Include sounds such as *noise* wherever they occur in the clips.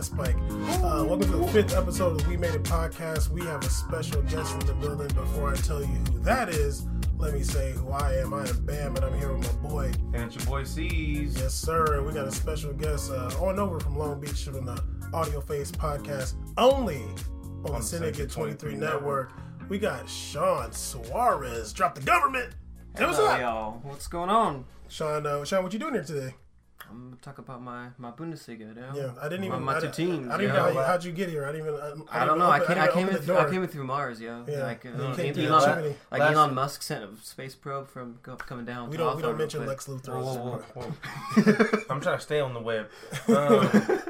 Spike. Uh, welcome to the fifth episode of the We Made It podcast. We have a special guest from the building. Before I tell you who that is, let me say who I am. I am Bam, and I'm here with my boy. And it's your boy C's. Yes, sir. And we got a special guest uh, on over from Long Beach from the Audio Face podcast, only on, the Syndicate 23 Network. We got Sean Suarez. Drop the government. Hey, what's Hello, up? y'all. What's going on? Sean, uh, Sean, what you doing here today? I'm gonna talk about my my Bundesliga. Now. Yeah, I didn't My- even. my I two di- teams, I didn't yeah. know how you, how'd you get here. I didn't even. I, didn't I don't know. I open- came. I, didn't came in. open the Through, I door. came in through Mars, yo. Yeah. Like, You uh, came through Elon, the chimney. like Last- Elon Musk sent a space probe from co- coming down. We to don't. We Hawthorne don't real mention quick. Lex Luthor. Whoa, whoa, whoa, whoa. I'm trying to stay on *laughs* the web. Um,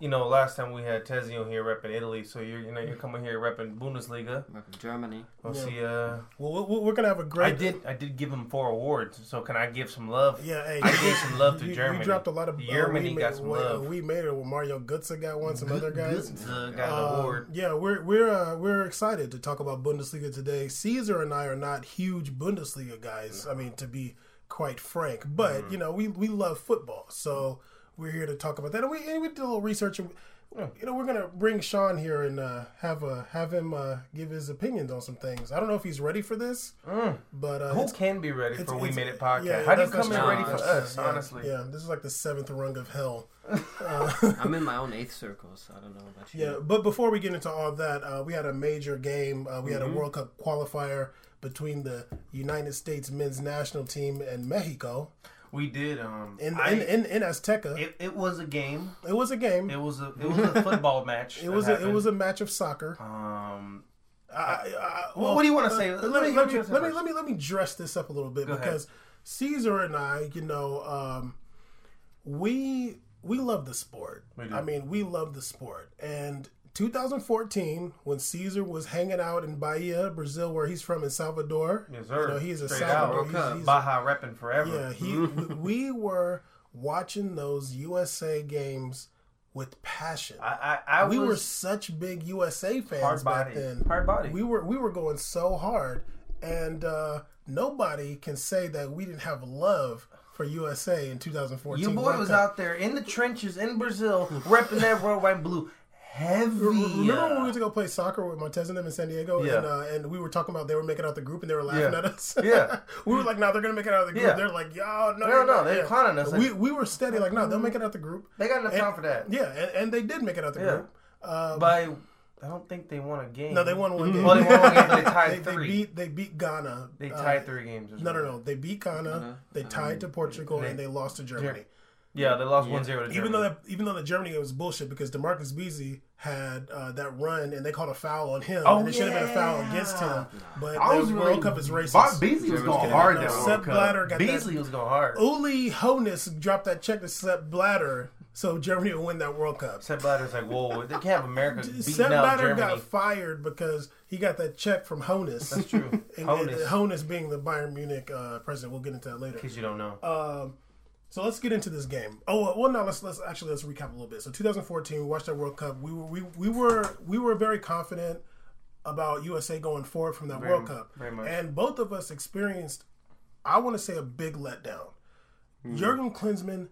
you know, last time we had Tezio here repping Italy, so you're you know you're coming here repping Bundesliga. We're from Germany. We'll Yeah. see. Uh, Well, we- we're gonna have a I great. did I did give him four awards, so can I give some love? Yeah, hey, I you- gave some love to you- You Germany. dropped a lot of. uh, Germany we got made, some we, love. We made it with Mario Götze got one, some other guys. Uh, got an Um, award. yeah, we're we're uh, we're excited to talk about Bundesliga today. Caesar and I are not huge Bundesliga guys. I mean, to be quite frank, but Mm-hmm. you know, we we love football, so we're here to talk about that. And we and we did a little research. And, you know, we're gonna bring Sean here and uh, have uh, have him uh, give his opinions on some things. I don't know if he's ready for this, Mm. but uh, Who it's- can be ready for it's- We it's- Made It podcast? yeah, How do you that's- come in that's- ready for that's- us? yeah, honestly, yeah, this is like the seventh rung of hell. I'm in my own eighth circle, so I don't know about you. Yeah, but before we get into all that, uh, we had a major game. Uh, we had Mm-hmm. a World Cup qualifier between the United States men's national team and Mexico we did. Um, in I- in, in, in Azteca. It, it, it was a game. was a game. It It, was a it *laughs* was a football match. that was a, it happened. was a match of soccer. Um, I, I, I- Well, what do you wanna say? Let, Let me me- let let me you let say me, let me first. let me dress this up a little bit Go ahead. because Caesar and I, you know, um, we we love the sport. We do. I mean, we love the sport. And 2014, when Caesar was hanging out in Bahia, Brazil, where he's from, in Salvador. Yes, sir. You know, he's a Straight Salvador. out. he's- he's- Baja repping forever. yeah, he. we we were watching those USA games with passion. I, I, I we were was such big USA fans hard back body. then. Hard body. We were we were going so hard, and uh, nobody can say that we didn't have love for USA in 2014. Your boy World was Cup. out there in the trenches in Brazil, repping *laughs* that red, white, and blue. Heavy. Remember when we went to go play soccer with Montez and them in San Diego, Yeah. and uh, and we were talking about they were making out the group and they were laughing Yeah. at us. Yeah. *laughs* we were like, no, they're gonna make it out of the group. Yeah. They're like, yo, no, no, no, not." they're Yeah. clowning us. Mm-hmm. Like, We we were steady, like, no, they'll make it out the group. they got enough time for that. Yeah, and, and they did make it out the Yeah. group. Uh, But I, I don't think they won a game. no, they won one game. Mm-hmm. Well, they won one game, but they *laughs* They- tied they three. They, beat they beat Ghana. uh, tied three games. or No, no, something. no. They beat Ghana. Ghana, um, They tied to Portugal and they lost to Germany. Yeah, they lost one zero to Germany. Even though that, even though the Germany game was bullshit because Demarcus Beasley had uh, that run and they called a foul on him. Oh, and it should have been a foul yeah. against him. But I the was really- World Cup is racist. Bob Beasley was Germany's going getting hard it. that No, World Sepp Blatter Cup. got that- Oh. Beasley was going hard. Uli Honus dropped that check to Sepp Blatter, so Germany will win that World Cup. Sepp Blatter's like, whoa, they can't have America beating Sepp out Blatter Germany. got fired because he got that check from Honus. That's true. *laughs* And, and Honus, in Honus being the Bayern Munich uh, president. We'll get into that later. case you don't know. So let's get into this game. Oh well, no. Let's let's actually let's recap a little bit. So 2014, we watched that World Cup. We were we, we were we were very confident about USA going forward from that World Cup, very much. and both of us experienced, I want to say, a big letdown. Jurgen Klinsmann,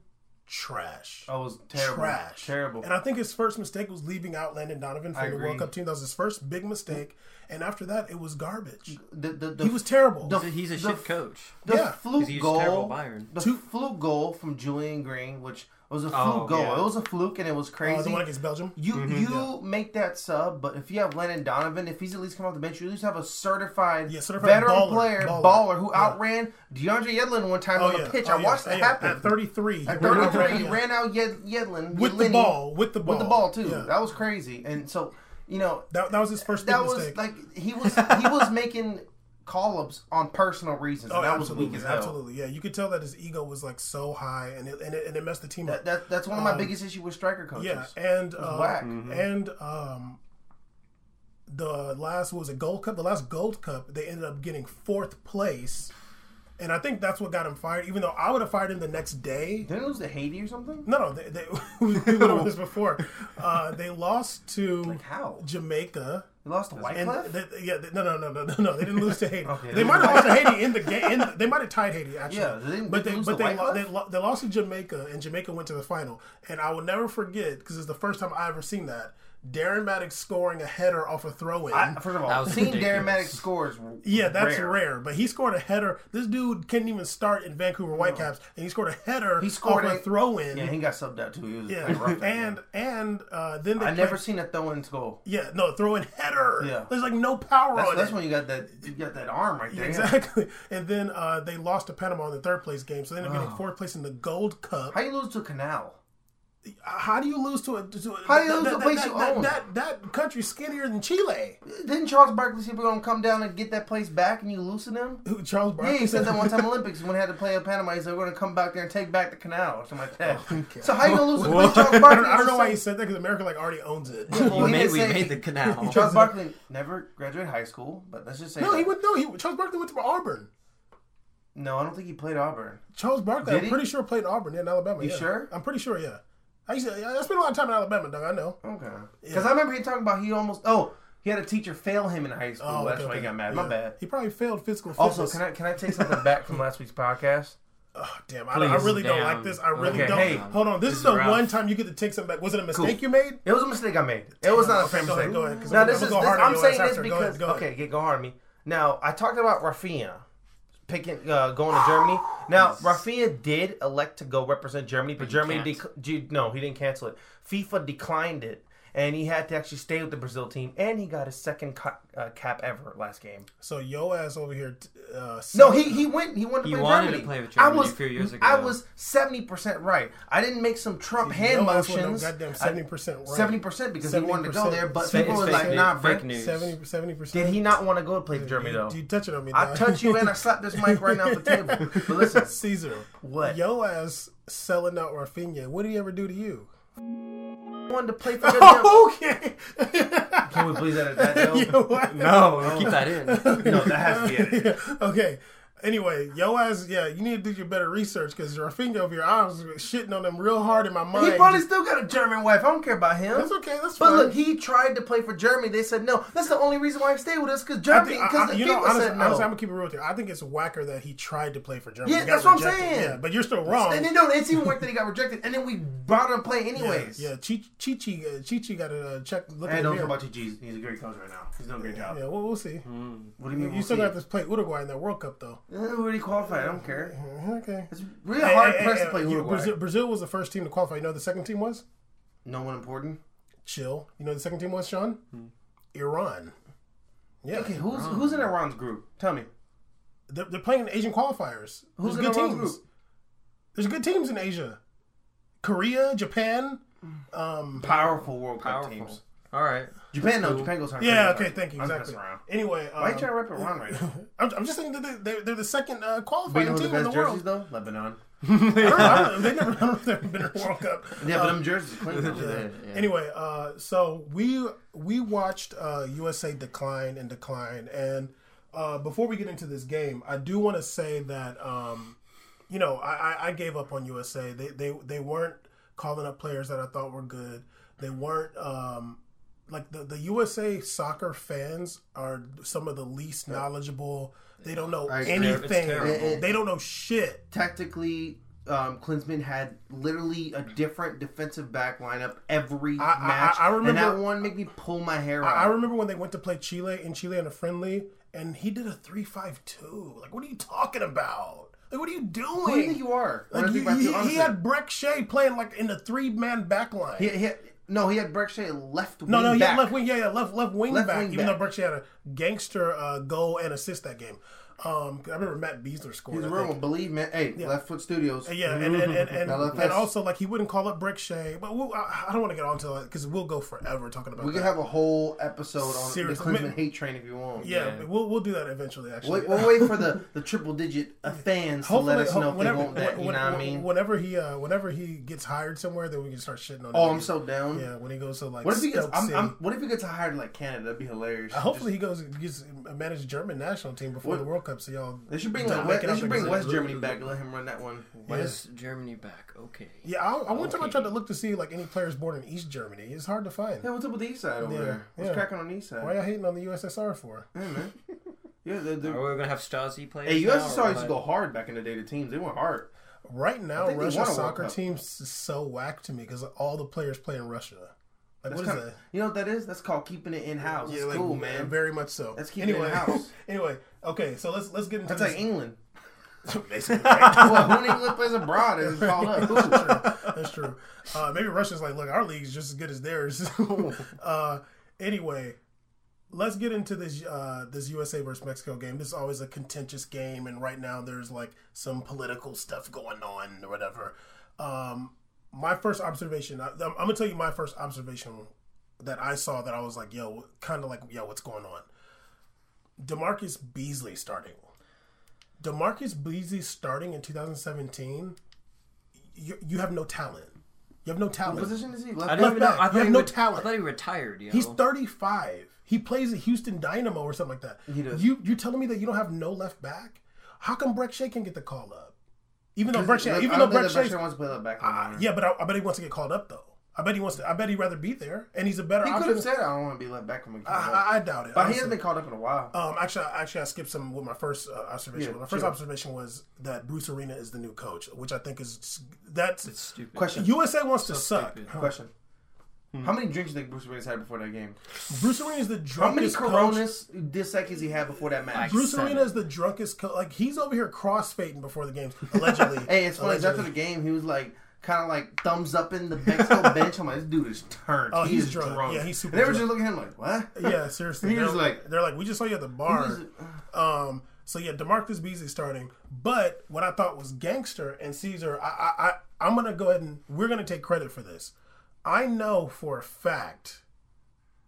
trash, I was Mm. Oh, terrible. trash, Terrible. And I think his first mistake was leaving out Landon Donovan from the agree. World Cup team. That was his first big mistake, and after that, it was garbage. the the, the, He was terrible. Uh, He's a- he's a Mm. The- shit coach. the yeah. He's fluke used terrible goal. Bayern. The fluke goal from Julian Green, which was a fluke Oh, goal. yeah. It was a fluke and it was Uh, the crazy. one against Mm-hmm. Belgium. you you make that sub, but if you have Lennon Donovan, if he's at least come off the bench, you at least have a certified, Yeah, certified veteran baller, player, baller. baller, who Yeah. outran DeAndre Yedlin one time Oh on yeah, the pitch. Oh, I yeah. watched Oh, that yeah. happen. at 33. At he ran out *laughs* 33, he right- ran out Yed, Yedlin With the Yedlin ball, with the ball, With the ball too. Yeah. That was crazy. And so, you know, That, that was his first big that was mistake. like *laughs* he was he was making call ups on personal reasons. Oh, and that absolutely, was weak as hell. Absolutely, yeah. You could tell that his ego was like so high, and it and it, and it messed the team up. That, that, that's one of my biggest issue with striker coaches. Um, yeah, and uh, whack. and um, the last what was it Gold Cup? The last Gold Cup, they ended up getting fourth place, and I think that's what got him fired. Even though I would have fired him the next day. Didn't they lose to Haiti or something? No, no, they, they, *laughs* we went over this before. Uh, they lost to Like how? Jamaica. They lost to White And Cliff? they, yeah, they, no, no, no, no, no, no. They didn't lose to Haiti. Okay. they might have lost to Haiti in the game. They might have tied Haiti actually. Yeah, they didn't- but they they, lose but to they, lo- Wycliffe? they, lo- they lost to Jamaica, and Jamaica went to the final. And I will never forget because it's the first time I ever seen that. Darren Maddox scoring a header off a throw-in. I, first of all, That was seeing Darren ridiculous. Maddox scores. *laughs* yeah, that's rare. But he scored a header. This dude couldn't even start in Vancouver Whitecaps, and he scored a header. He scored off a, a- throw-in. Yeah, he got subbed out too. He was Yeah, like, rough *laughs* that and game. and uh, then they I played- never seen a throw-in goal. yeah no throwing header. Yeah. there's like no power That's, on that's it. when you got that you got that arm right there. Exactly, and then uh, they lost to Panama in the third place game, so they ended up Oh. getting fourth place in the Gold Cup. How you lose to Canal? How do you lose to a to a, How do you lose that, to a that- place that, you that, own? That, that country's skinnier than Chile? Didn't Charles Barkley say we're gonna come down and get that place back and you loosen him? Who Charles Barkley Yeah, he said said- that *laughs* one time Olympics when he had to play in Panama. He said we're gonna come back there and take back the canal or something like that. Oh so how you gonna lose to Charles Barkley? I don't, I don't know It's why like- he said that because America like already owns it. Well, we he made, did we say- made the *laughs* canal. Charles Barkley never graduated high school, but let's just *laughs* say no, he that- went. No, he Charles Barkley went to Auburn. No, I don't think he played Auburn. Charles Barkley, Did I'm he? pretty sure played Auburn yeah, in Alabama. You yeah. sure? I'm pretty sure. Yeah, I used to, yeah, I spent a lot of time in Alabama, dog. I know. Okay. Because I remember he talking about he almost oh he had a teacher fail him in high school. Oh, That's okay, why he okay. got mad. Yeah. My bad. He probably failed physical fitness. Also, can I can I take something back from last week's podcast? Oh, damn, I, don't- I Please, really don't damn. like this. I really Okay, don't. hey, Hold on, this, is the rough. one time you get to take something back. Was it a mistake you made? It was a mistake I made. It was not *laughs* a fair Go ahead, mistake. go ahead, 'cause Now I'm- this I'm is gonna this, go hard on I'm your saying ass this after. Go ahead, because go ahead. okay, get go hard on me. Now I talked about Rafinha picking uh, going to Germany. Now Rafinha did elect to go represent Germany, but, Germany can't. dec- g- no, he didn't cancel it. FIFA declined it. And he had to actually stay with the Brazil team, and he got his second ca- uh, cap ever last game. So yo ass over here. t- Uh, No, he, he went. He wanted to He play wanted to Germany. play with I Germany was, a few years I ago. was seventy percent right. I didn't make some Trump hand yo ass with no motions. goddamn 70% right. Seventy percent because he wanted to go 70%. there, but It's people were fake like, news. "Nah, Fake Brent, news. 70 percent. Did he not want to go to play for Germany though? You, you touching on me? I dog. touch you *laughs* and I slap this mic right now off the table. But listen, Caesar. What? Yo ass selling out Rafinha. What did he ever do to *laughs* you? wanted to play for Oh. Germany. *laughs* Okay. Can we please *laughs* edit that? Though? Yo ass- no, keep that in. *laughs* No, that has to be edited. okay. Anyway, yo ass, yeah, you need to do your better research because Rafinha over here, I was shitting on him real hard in my mind. He probably still got a German wife. I don't care about him. That's okay. That's But fine. look, he tried to play for Germany. They said no. That's the only reason why he stayed with us because I Germany. think, I- Because I- the you people know, honestly, said no. honestly, I'm gonna keep it real with you. I think it's whacker that he tried to play for Germany. Yeah, He got that's what I'm saying. Yeah, but you're still wrong. And then no, it's even worse that he got rejected, and then we brought him to play anyways. Yeah, Chi Chi Chi, uh, Chi, Chi got to uh, check. Look Hey, at don't talk the about Mm, GG's. He's a great coach right now. He's doing a great job. Yeah, we'll, we'll see. What do you mean? Eh, You still got to play Uruguay in that World Cup, though. already qualified. I don't care. Okay. It's really Hey, hard Mm-hmm. hey, pressed hey, to play you- Uruguay. Brazil, Brazil was the first team to qualify. You know, what the second team was No one important. chill. You know, what the second team was Sean, Iran. Yeah, Hmm. Okay, who's who's in Iran's group? Tell me. they're, they're playing Asian qualifiers. Who's in There's good Iran's teams. group? There's good teams in Asia, Korea, Japan. Hmm. Um, Powerful World Cup Powerful. teams. All right. Japan, no. Japan goes hard. yeah. Japan goes Okay. hard. Thank you. I'm Exactly. messing around. Anyway, Why you trying um, to rip *laughs* Iran right now? I'm, I'm just saying that they- they're, they're the second uh, But you qualifying know who the team in the best jerseys world. though? Lebanon. *laughs* I don't know, I *laughs* don't know, They never, I don't know if they've ever been in a World Cup. Yeah, but them jerseys clean. though. *laughs* Yeah. Anyway, uh, so we we watched uh, USA decline and decline, and uh, before we get into this game, I do want to say that um, you know I, I, I gave up on USA. They they they weren't calling up players that I thought were good. They weren't um, like the the USA soccer fans are some of the least knowledgeable. They don't know I agree. anything. It's terrible. They don't know shit. Tactically, um, Klinsman had literally a different defensive back lineup every I- I- match. I remember- and that one made me pull my hair out. I remember when they went to play Chile in Chile in a friendly, and he did a three five two. Like, what are you talking about? Like, what are you doing? Who do you think you are? When I like, think you, about he, you, he honestly, had Breck Shea playing like in the three man back line. he- he had- no, he had Breck Shea left no, wing no, he back. had left wing. Yeah, yeah, left left wing Left back. wing even back. though Breck Shea had a gangster uh, goal and assist that game. Um, 'cause I remember Matt Beasler scored. He's I a think. real one, believe me. Hey, Left Foot Studios. Uh, Yeah, and and and, and, *laughs* Now let and us- also like he wouldn't call up Breck Shea, but we'll, I, I don't want to get onto that because we'll go forever talking about. We that. could have a whole episode on Seriously. the Klinsman hate train if you want. yeah, we'll we'll do that eventually. Actually, Wait, we'll wait for the, the triple digit uh, fans to let us ho- know if they want that. when- you know what I when- mean? Whenever he, uh, whenever he gets hired somewhere, then we can start shitting on. oh, him. I'm so down. yeah. When he goes to like, uh, What if he gets? Stoke I'm, City. I'm, what if he gets hired to, like Canada? That'd be hilarious. hopefully he goes gets manage the uh, German national team before What- the World Cup, so y'all. They should bring Nah, wake like, West, it they up should bring again. West Germany back and let him run that one. Where's Germany back? Okay. Yeah, I, I one time I Okay. tried to look to see like any players born in East Germany. It's hard to find. Yeah, what's up with the East Side over Yeah, there? What's yeah. cracking on the East Side? Why y'all hating on the USSR for? Yeah, man. Yeah, they're, Are we they're, gonna have Stasi players? hey, now, or USSR used to what? go hard back in the day. The teams they went hard. Right I now, think they Russia won a World soccer Cup. teams is so whack to me because all the players play in Russia. Like, That's what is kinda- that? You know what that is? That's called keeping it in house. it's like, cool, man. Very much so. Let's keep it in-house. *laughs* anyway, okay, so let's let's get into That's like this. England. *laughs* Basically, right? well, who in England plays abroad *laughs* is called up? That's true. That's true. Uh, maybe Russia's like, look, our league's just as good as theirs. *laughs* uh, anyway, let's get into this uh, this USA versus Mexico game. This is always a contentious game, and right now there's like some political stuff going on or whatever. Um, my first observation, I, I'm gonna tell you my first observation that I saw that I was like, yo, kind of like, yo, what's going on? Demarcus Beasley starting. Demarcus Beasley starting in 2017 you, you have no talent. You have no What talent. position is he? I Left Left didn't even know. back. I You thought have he no ret- talent. I thought he retired. Yo. He's 35. He plays at Houston Dynamo or something like that. He does. You you telling me that you don't have no left back? How come Breck Shea can get the call up? Even though Breck Shea, Look, even I though don't Breck think that Shea's, Bashir wants to play left back. Ah, anymore. yeah, but I, I bet he wants to get called up though. I bet he wants to. I bet he'd rather be there, and he's a better He could option. have said, "I don't want to be left back from a I, I, I doubt it. But he honestly. hasn't been called up in a while. Um, actually, actually, I skipped some with my first uh, observation. Yeah, my first sure. observation was that Bruce Arena is the new coach, which I think is that's It's stupid. Question. USA wants to suck. stupid. Question. Hmm. How many drinks do you think Bruce Willis had before that game? Bruce Arena is the How many drunkest coach Coronas did seconds he had before that match? Bruce Seven. Arena is the drunkest. Co- like he's over here crossfading before the games, allegedly. *laughs* Hey, it's funny. 'cause After Allegedly. the game, he was like, kind of like thumbs up in the *laughs* Mexico bench. I'm like, this dude is turned. Oh, he he's is drunk. Yeah, he's super And they were drunk. just looking at him like, what? yeah, seriously. He they're, was like- they're like, we just saw you at the He bar. was- uh, Um, so yeah, Demarcus Beasley starting, but what I thought was gangster and Caesar. I, I, I I'm gonna go ahead and we're gonna take credit for this. I know for a fact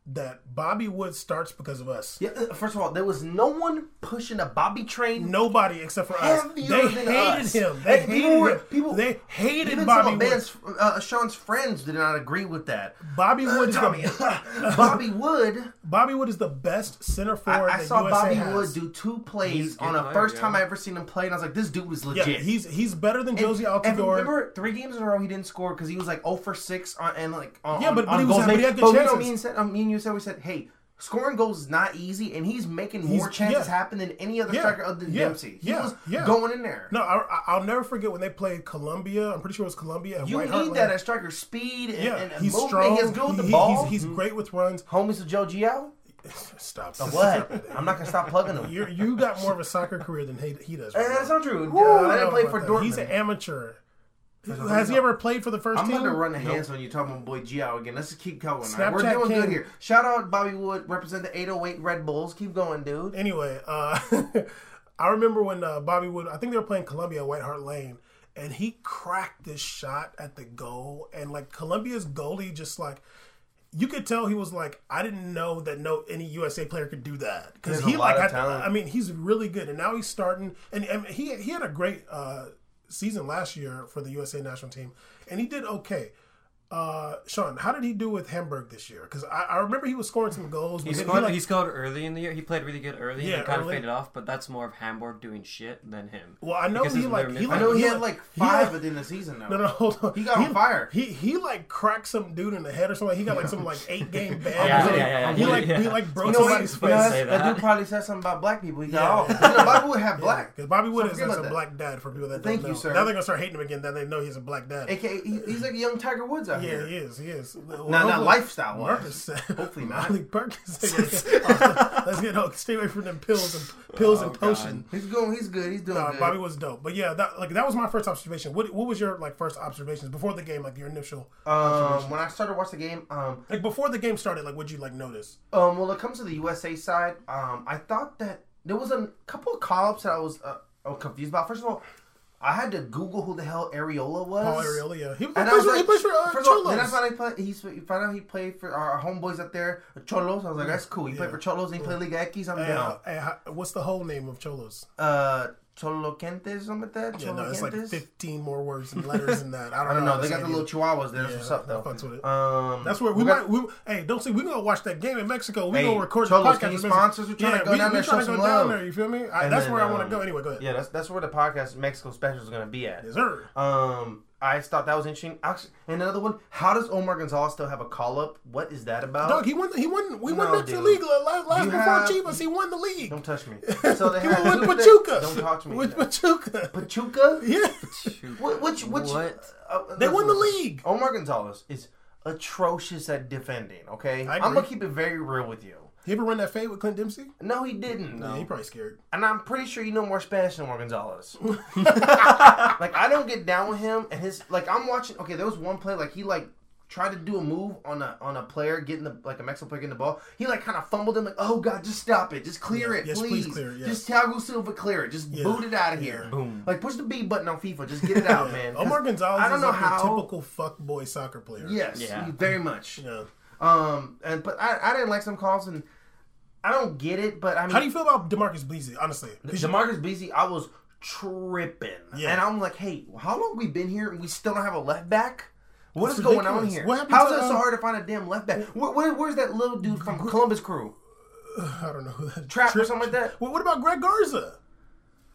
that Bobby Wood starts because of us. *laughs* Yeah, uh, first of all, there was no one pushing a Bobby train. Nobody except for us. They Heavier hated than us. him. They And hated people were- him. people- they hated Even Bobby some of Wood. Ben's, uh, Sean's friends did not agree *laughs* with that. Bobby Wood is Uh, Tommy, the *laughs* Bobby Wood. Bobby Wood is the best center forward. I, I that saw USA Bobby has. Wood do two plays He's on getting the first higher, time yeah. I ever seen him play, and I was like, this dude is Yeah, legit. he's he's better than Josie And- and Altidore. remember, three games in a row he didn't score because he was like 0 for 6 on and like on Yeah, but- but on he was- goals but he made. had good you know, chances. me and said, um, me and you said we said, hey, scoring goals is not easy, and he's making more He's- chances yeah. happen than any other Yeah, striker other than yeah, Dempsey. He yeah, was yeah. going in there. no, I, I- I'll never forget when they played Colombia. I'm pretty sure it was Colombia. At you White need Hart that Lane. at striker speed and, yeah, and, and he's movement. strong. He's good with the He- ball. He's, he's great with runs. Homies to Joe Gio? *laughs* Stop. What? I'm not gonna stop plugging *laughs* him. You're, you got more of a soccer career than he, he does. Right That's now. not I true. don't Duh, I know didn't play about for that. Dortmund. He's an amateur. Has he ever played for the 1st I'm team? about to run the hands on you talking about boy Gio again. Let's just keep going. all right? We're Snapchat doing King. good here. Shout out Bobby Wood, represent the 808 Red Bulls. Keep going, dude. Anyway, uh, *laughs* I remember when uh, Bobby Wood. I think they were playing Columbia at White Hart Lane, and he cracked this shot at the goal, and like Columbia's goalie just like. You could tell he was like, I didn't know that no any USA player could do that because He has he a like lot of had, talent. I mean he's really good and now he's starting and, and he he had a great uh, season last year for the USA national team and he did okay. Uh, Sean, how did he do with Hamburg this year? Because I, I remember he was scoring some goals. He but then scored, like- he scored early in the year. He played really good early Yeah, and kind early. of faded off, but that's more of Hamburg doing shit than him. Well, I know Because he his like lyric- he I like I know he he had like he five like- within the season though. No, no, hold on. He got on fire. He he like cracked some dude in the head or something. He got like *laughs* some like eight game ban. Yeah, or something. yeah, yeah, yeah. He like Yeah. he like broke You know, what? somebody's You face. know, Say that, that. dude probably said something about black people. He Yeah. got off. You know, Bobby *laughs* Wood had black. Because Bobby Wood So is forget like a about that. black dad for people that don't Thank know. you, sir. Now they're gonna start hating him again. Then they know he's a black dad. AKA, he- he's like a young Tiger Woods out yeah, here. he is. He is. Well, Now, not hopefully- lifestyle Marcus wise. said. *laughs* Hopefully not. Molly Perkins. *laughs* said- Oh, *laughs* Let's get out. Stay away from them pills and pills and Oh, God. potion. He's going. He's good. He's doing Uh, good. Bobby was dope, but yeah, that like that was my first observation. What what was your like first observations before the game? Like your initial um, when I started watching the game, um, Like before the game started, like what'd you like notice? um, well, it comes to the USA side. Um, I thought that there was a couple of call-ups that I was uh, oh, confused about. First of all, I had to Google who the hell Areola was. Paul Ariola, Oh, yeah. He, he And plays I was for, he like, plays for uh, first of all, Cholos. then I found out he played. He found out he played for our homeboys up there, Cholos. I Mm. was like, that's cool. He played for Cholos and he played Liga X. I'm Hey, down. uh, hey, how- what's the whole name of Cholos? Uh, Choloquentes or something like that. Yeah, no, it's like Choloquentes? 15 more words and letters than that. I don't, I don't know. know. They got the little chihuahuas there. That's Yeah, what's up, that though. fucks with it. Um, That's where we, got- might. We, hey, don't see. We gonna watch that game in Mexico. We Hey, gonna record Cholos, the podcast. can you in Mexico. sponsor us? We tryna yeah, go we, down we there, show tryna some go love. down there. You feel me? I, And that's then, where I want um, to go. Anyway, go ahead. Yeah, that's that's where the podcast Mexico special is going to be at. Yes, sir. Um, I thought that was interesting. Actually, and another one. How does Omar Gonzalez still have a call up? What is that about? Dog, he won. He won. We won No, next to dude. league last, last You before have- Chivas. He won the league. Don't *laughs* touch me. So they he had, won with Pachuca. Don't talk to me. With Pachuca. Pachuca. *laughs* yeah, *laughs* Shoot. Wh- Which which What? uh, they won the listen. league. Omar Gonzalez is atrocious at defending. Okay, I I'm agree. gonna keep it very real with you. You ever run that fade with Clint Dempsey? No, he didn't. Yeah, he probably scared. And I'm pretty sure you know more Spanish than *laughs* Omar Gonzalez. like I don't get down with him and his like I'm watching okay, there was one play like he like tried to do a move on a on a player getting the like a Mexican player getting the ball. He like kinda fumbled him like, Oh god, just stop it. Just clear it, Yes, please. please clear it, yes. Just Thiago Silva clear it. Just boot it out of here. Boom. Like push the B button on FIFA, just get it out, Oh, man. 'Cause Omar Gonzalez I don't is know like how a typical fuckboy soccer player. Yes, Yeah. very much. Yeah. Um and but I, I didn't like some calls and I don't get it, but I mean How do you feel about Demarcus Beasley? Honestly, He's- Demarcus Beasley, I was tripping, Yeah. and I'm like, "Hey, how long we been here and we still don't have a left back? What is It's going on ridiculous. here? What happened How's to, it so uh, hard to find a damn left back? Where, where, where's that little dude from Columbus Crew, I don't know who that Trap or Trip- something like that? Well, what about Greg Garza?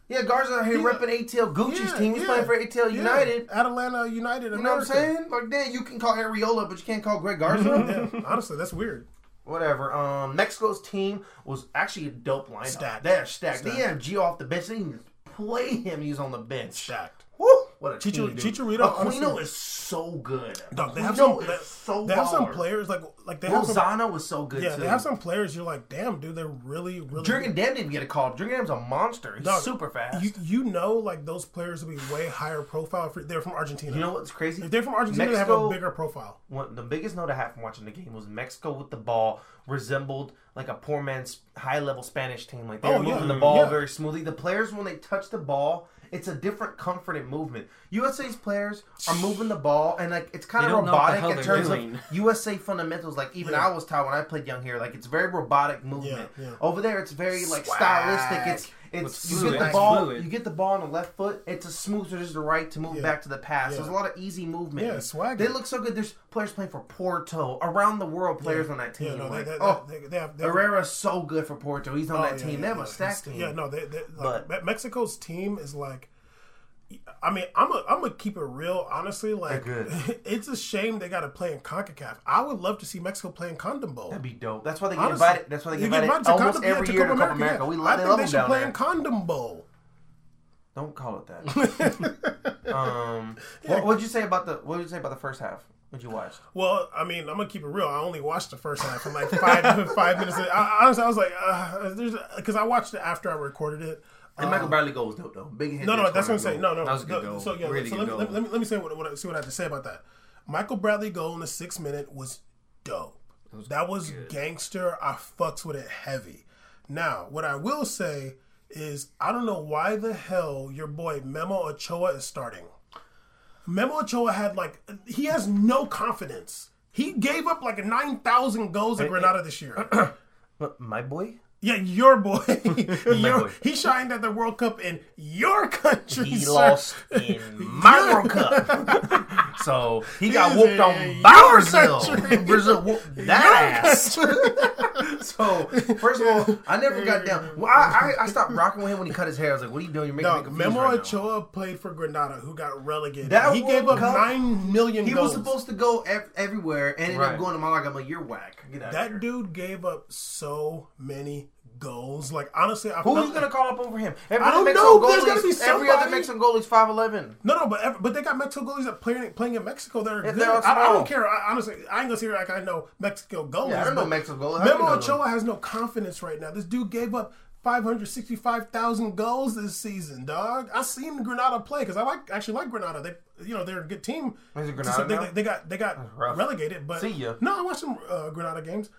Yeah, Garza out here repping ATL Gucci's team. He's playing for ATL yeah. United. Atlanta United. You know what I'm saying? Like, damn, you can call Ariola, but you can't call *laughs* Greg Garza. Yeah, honestly, that's weird. Whatever. Um, Mexico's team was actually a dope lineup. Stacked. They're stacked. They Stacked. have Gio off the bench. They didn't even play him. He was on the bench. Stacked. Woo! What a Chicho- team, dude. Chicharito, Aquino honestly- is so good. Dog, they Aquino have some. is They, so they have some baller. players like like they have some. Lozano was so good Yeah, too. they have some players. You're like, damn, dude, they're really, really. Jurgen Dam didn't get a call. Jurgen Dam's a monster. He's Dog, super fast. You You, you know, like those players will be way higher profile. For, they're from Argentina. know what's crazy? if they're from Argentina, they have a Mexico- bigger profile. One, the biggest note I had from watching the game was Mexico with the ball resembled like a poor man's high level Spanish team. Like they Oh, were moving yeah. the ball Yeah. very smoothly. The players when they touch the ball, it's a different comfort and movement. USA's players are moving the ball and like it's kind They of don't know what the robotic hell in they're terms doing. *laughs* of USA fundamentals. Like even Yeah. I was taught when I played young here, like it's very robotic movement. yeah. Over there, it's very like Swag. stylistic. It's it's With you fluid. get the Nice ball, fluid. you get the ball on the left foot. It's a smooth versus the right to move Yeah. back to the pass. Yeah. There's a lot of easy movement. Yeah, swagger. They look so good. There's players playing for Porto around the world. Players on that team. Yeah, no, they, like, they, oh, they, they have. They have Herrera's so good for Porto. He's on Oh, that yeah, team. yeah, they have yeah. a stack He's- team. Yeah, no, they, they, like, But- Me- Mexico's team is like. I mean, I'm a, I'm gonna keep it real, honestly. Like, good. *laughs* it's a shame they got to play in Concacaf. I would love to see Mexico play in Condom Bowl. That'd be dope. That's why they get Honestly, invited. That's why they get you invited, Condom- almost yeah, every year to Copa America. yeah. We I love, they think love they them should down play there. in Condom Bowl. Don't call it that. *laughs* um, what would you say about the? What would you say about the first half? What you watch? Well, I mean, I'm gonna keep it real. I only watched the first half for like five *laughs* five minutes. I, honestly, I was like, uh, there's because I watched it after I recorded it. And Michael Bradley goes dope though. Big hit. Um, No, no, there, that's what I'm corner saying. goal. No, no, That was a good no, goal. So yeah, Really so let, good me- let, goal. me- let me let me say what, what I- see what I have to say about that. Michael Bradley goal in the sixth minute was dope. That was gangster. I fucks with it heavy. Now, what I will say is, I don't know why the hell your boy Memo Ochoa is starting. Memo Ochoa had like he has no confidence. He gave up like nine thousand goals at Granada this year. *clears throat* But my boy. Yeah, your *laughs* boy. Your- boy. He shined at the World Cup in your country. He sir. lost *laughs* in my World Cup. so he got is whooped a- on your by Brazil. country. *laughs* Brazil whooped that *laughs* ass. *laughs* so first of all, I never got down. Well, I, I, I stopped rocking with him when he cut his hair. I was like, "What are you doing? You're making No, me confused Memo right now." Ochoa played for Granada, who got relegated. That he World gave up Cup, nine million. He goals. was supposed to go ev- everywhere and ended Right. up going to Malaga. I'm like, "You're whack." Get out of That here. dude gave up so many goals. Like honestly, I Who felt are you gonna call up over him? Every I other don't Mexican know. There's gotta be Every other somebody. Mexican goalie's five eleven. no, no, but ev- but they got Mexico goalies that playing playing in Mexico. that are Yeah, good. they're all I, I small. don't care. I, honestly, I ain't gonna sit here like I know Mexico goalies. Yeah, I don't know but Mexican goalies. How do you Memo know them? Ochoa has no confidence right now. This dude gave up. 565,000 goals this season, dog. I seen Granada play because I like actually like Granada. They, you know, they're a good team. Is it Granada they, now? they- they got they got rough. relegated, but See ya. no, I watched some uh, Granada games.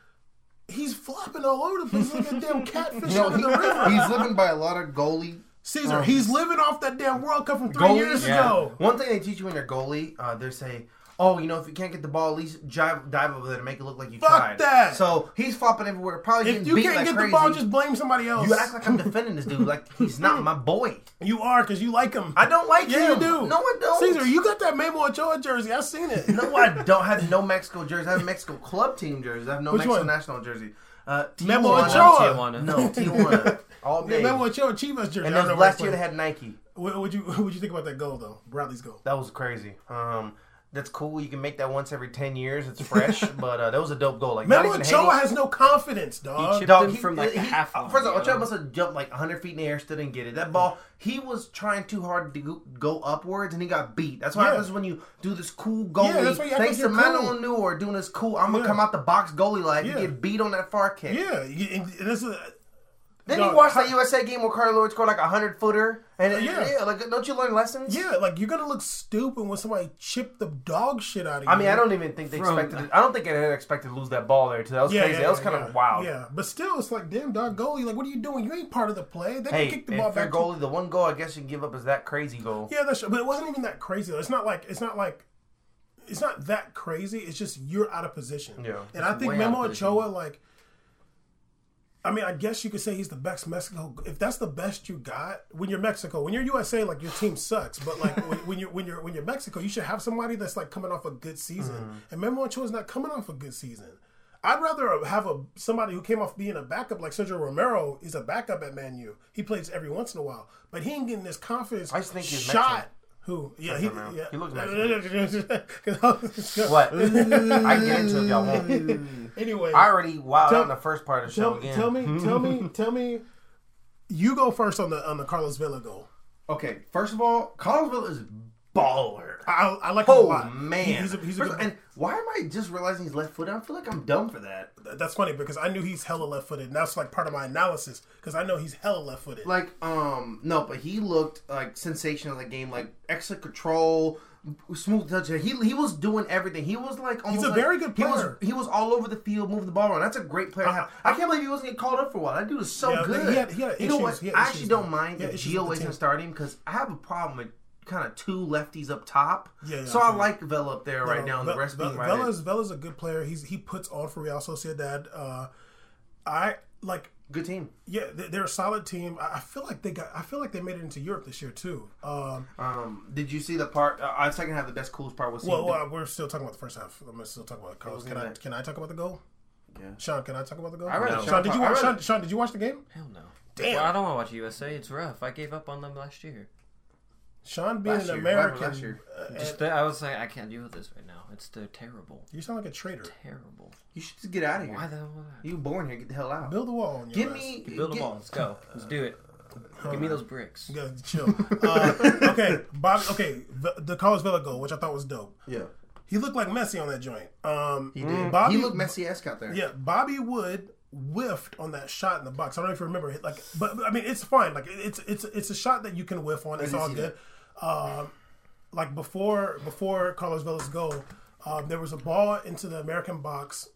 He's flopping all over the place like a *laughs* damn catfish No, out of the *laughs* river. he, he's living by a lot of goalie Caesar, he's living off that damn World Cup from three Goalies- years Yeah. ago. One thing they teach you when you're goalie, uh, they say, oh, you know, if you can't get the ball, at least jive, dive over there to make it look like you Fuck tried. that. So he's flopping everywhere. Probably If getting you beat can't like get crazy. the ball, just blame somebody else. you act like I'm defending this dude. Like he's not my boy. you are because you like him. I don't like Yeah, him. you do. No, I don't. Caesar, you got that Mabel Ochoa jersey. I seen it. *laughs* No, I don't have no Mexico jersey. I have Mexico club team jersey. I have no Which Mexico one? national jersey. Uh, Memo Tijuana. Ochoa. Tijuana. No, Tijuana. *laughs* All Yeah, day. Mabel Ochoa Chivas jersey. and I don't then know where last it's year they from. had Nike. What would you what would you think about that goal though? Bradley's goal. That was crazy. Um, that's cool. You can make that once every ten years. It's *laughs* fresh, but uh, that was a dope goal. Like not Memo even Ochoa Haiti- has no confidence, dog. He chipped- Dog, him he, from, like, he- the half uh, line, First of all, you know? Ochoa must have jumped like 100 feet in the air, still didn't get it. That ball, he was trying too hard to go, go upwards, and he got beat. That's what Yeah. happens when you do this cool goalie. Yeah, that's why you act Thanks like to you're cool. Manuel Neuer doing this cool. I'm gonna Yeah. come out the box goalie line Yeah. and get beat on that far kick. yeah, you- and this is Then Dog, you watch that how- USA game where Carter Lloyd scored like a hundred footer, and it- Yeah. yeah. like don't you learn lessons? yeah, like you're gonna look stupid when somebody chipped the dog shit out of you. I mean, I don't even think they From- expected. It. I don't think they had expected to lose that ball there too. That was Yeah, crazy. yeah, that was yeah, kind yeah. of wild. Yeah, but still, it's like damn dog goalie. Like, what are you doing? You ain't part of the play. They Hey, can kick the if ball you're back. to- goalie, the one goal I guess you can give up is that crazy goal. Yeah, that's but it wasn't even that crazy. Though. It's not like it's not like it's not that crazy. It's just you're out of position. Yeah. and I It's think way out Memo of position. Ochoa like. I mean, I guess you could say he's the best Mexico. If that's the best you got when you're Mexico, when you're USA, like your team sucks. But like when, when you're when you're when you're Mexico, you should have somebody that's like coming off a good season. Mm-hmm. And Memo Ochoa's not coming off a good season. I'd rather have a somebody who came off being a backup, like Sergio Romero is a backup at Man U. He plays every once in a while, but he ain't getting this confidence. I just think he's shot. Who? Yeah, he, Romero. yeah. He looks Mexican. What? *laughs* I can get into it if y'all want. *laughs* Anyway, I already wowed Tell- out in the first part of the show tell, again. tell me, tell *laughs* me, tell me. You go first on the on the Carlos Vela goal. Okay, first of all, Collinsville is baller. I, I like him a Oh lot. man, He- he's a, he's a First- good, and why am I just realizing he's left footed? I feel like I'm dumb for that. that's funny because I knew he's hella left footed, and that's like part of my analysis because I know he's hella left footed. Like, um, no, but he looked like sensational in the game, like excellent control, smooth touch. He he was doing everything. He was like almost a like- very good He was player. Uh-huh. he was all over the field, moving the ball around. That's a great player. to have. I can't believe he wasn't getting called up for a while. That dude is so Yeah, good. he had- he had you know issues. what? He had I issues, actually don't though. mind He had if issues with Gio the isn't team. starting because I have a problem with kind of two lefties up top. Yeah, yeah, so I I feel like Vela up there right now, and the Ve- rest Ve- being right. at- Vela's Vela's a good player. He's he puts on for Real Sociedad. Uh, I like good team. yeah, they- they're a solid team. I I feel like they got. I feel like they made it into Europe this year too. Um, Um, did you see the part? Uh, uh, second half, the best coolest part was. seeing well, the- well, we're still talking about the first half. I'm still talking about Carlos. Can I that. can I talk about the goal? Yeah. Sean, can I talk about the goal? I read it. Sean, Sean did talk- you I watch? read Sean, it. Sean, did you watch the game? Hell no. Damn. Well, I don't want to watch USA. It's rough. I gave up on them last year. Sean being Last an year. Why was American, last year? uh, and- Just that, I was like, I can't deal with this right now. It's they're terrible, you sound like a traitor. terrible. you should just get out of here. Why the hell? would I- You born here? Get the hell out. Build a wall. On your Give ass. me. You build them get- all. Let's go. Let's do it. Give me those bricks. Uh, Yeah, chill. uh, okay, Bobby. Okay, the, the Carlos Vela goal, which I thought was dope. Yeah. He looked like Messi on that joint. Um, he did. Bobby, Mm-hmm. he looked messy esque out there. Yeah, Bobby Wood whiffed on that shot in the box. I don't know if you remember. it, Like, but but, I mean, it's fine. Like, it- it's it's it's a shot that you can whiff on. It's did all see good. Um, like before before Carlos Vela's goal, um, there was a ball into the American box.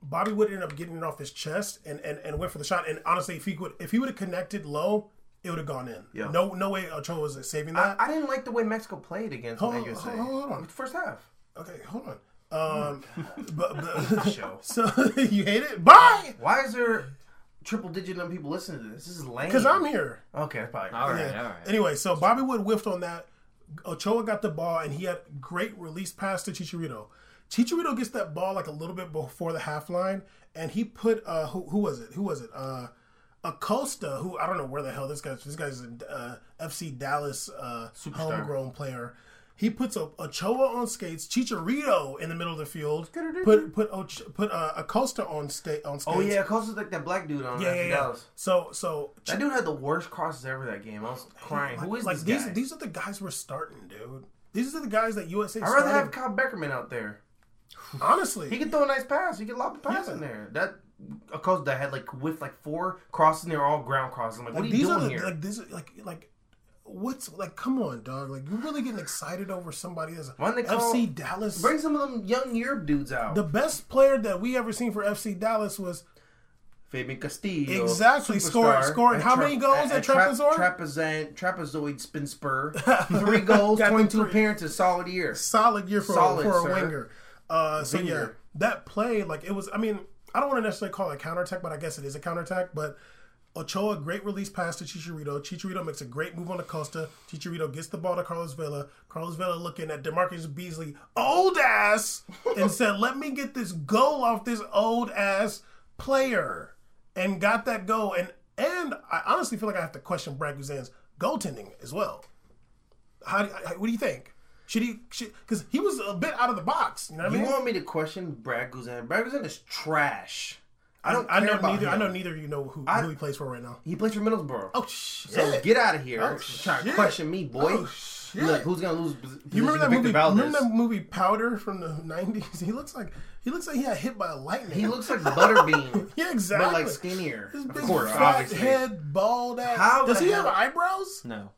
Bobby Wood ended up getting it off his chest and, and, and went for the shot. And honestly, if he would if he would have connected low, it would have gone in. Yeah. No no way Ochoa was saving that. I, I didn't like the way Mexico played against Hold the on, USA. hold on, hold on. First half. okay, hold on. *laughs* Um, but, but Show. *laughs* so you hate it? Bye. Why is there triple digit number of people listening to this? This is lame. Because I'm here. Okay, that's probably. All right, Yeah. all right. Anyway, so Bobby Wood whiffed on that. Ochoa got the ball, and he had great release pass to Chicharito. Chicharito gets that ball like a little bit before the half line, and he put uh, who, who was it? Who was it? Uh, Acosta, who I don't know where the hell this guy's. This guy's an uh, FC Dallas uh, homegrown player. He puts a Ochoa on skates, Chicharito in the middle of the field, put put Ocho, put uh, Acosta on sta- on skates. Oh yeah, Costa's like that black dude on yeah, yeah, yeah, yeah. Dallas. So so That dude had the worst crosses ever that game. I was crying. Who is like this these guy? these are the guys we're starting, dude. These are the guys that USA I'd rather started. have Kyle Beckerman out there. honestly. He could throw a nice pass. He could lob a pass in there. That Acosta had like whiffed like four crosses. and They were all ground crosses. I'm like, what are you these are doing the, here? like this like like what's like come on, dog. Like you're really getting excited over somebody that's Why don't they call- FC Dallas. Bring some of them young Europe dudes out. the best player that we ever seen for FC Dallas was Fabian Castillo. Exactly, scoring- superstar, scoring and how many goals at and tra- Trapezoid? trapezoid- trapezoid spin *laughs* spur. Three goals, Got the 22 three. appearances, solid year. solid year for, Solid, for a sir. winger. Uh, so yeah, Winger. that play like it was. I mean, I don't want to necessarily call it a counterattack, but I guess it is a counterattack. But Ochoa, great release pass to Chicharito. Chicharito makes a great move on the Costa. Chicharito gets the ball to Carlos Vela. Carlos Vela looking at Demarcus Beasley, old ass, *laughs* and said, "Let me get this goal off this old ass player," and got that goal. And and I honestly feel like I have to question Brad Guzan's goaltending as well how, do- I- what do you think? Should he? Because he was a bit out of the box. You know what I You mean? want me to question Brad Guzan? Brad Guzan is trash. I don't I care know about neither. I him. know neither. of You know who, who he plays for right now? He plays for Middlesbrough. Oh shit! So get out of here. Oh, Try to shit. question me, boy. Oh, shit. Look, who's gonna lose? pos- you position remember to that Victor movie? Valdez? Remember that movie Powder from the nineties? *laughs* He looks like he looks like he got hit by a lightning. He looks like Butterbean, *laughs* yeah, exactly. but like skinnier. This Of big course, fat obviously. head, bald ass. How does the he hell- have eyebrows? No.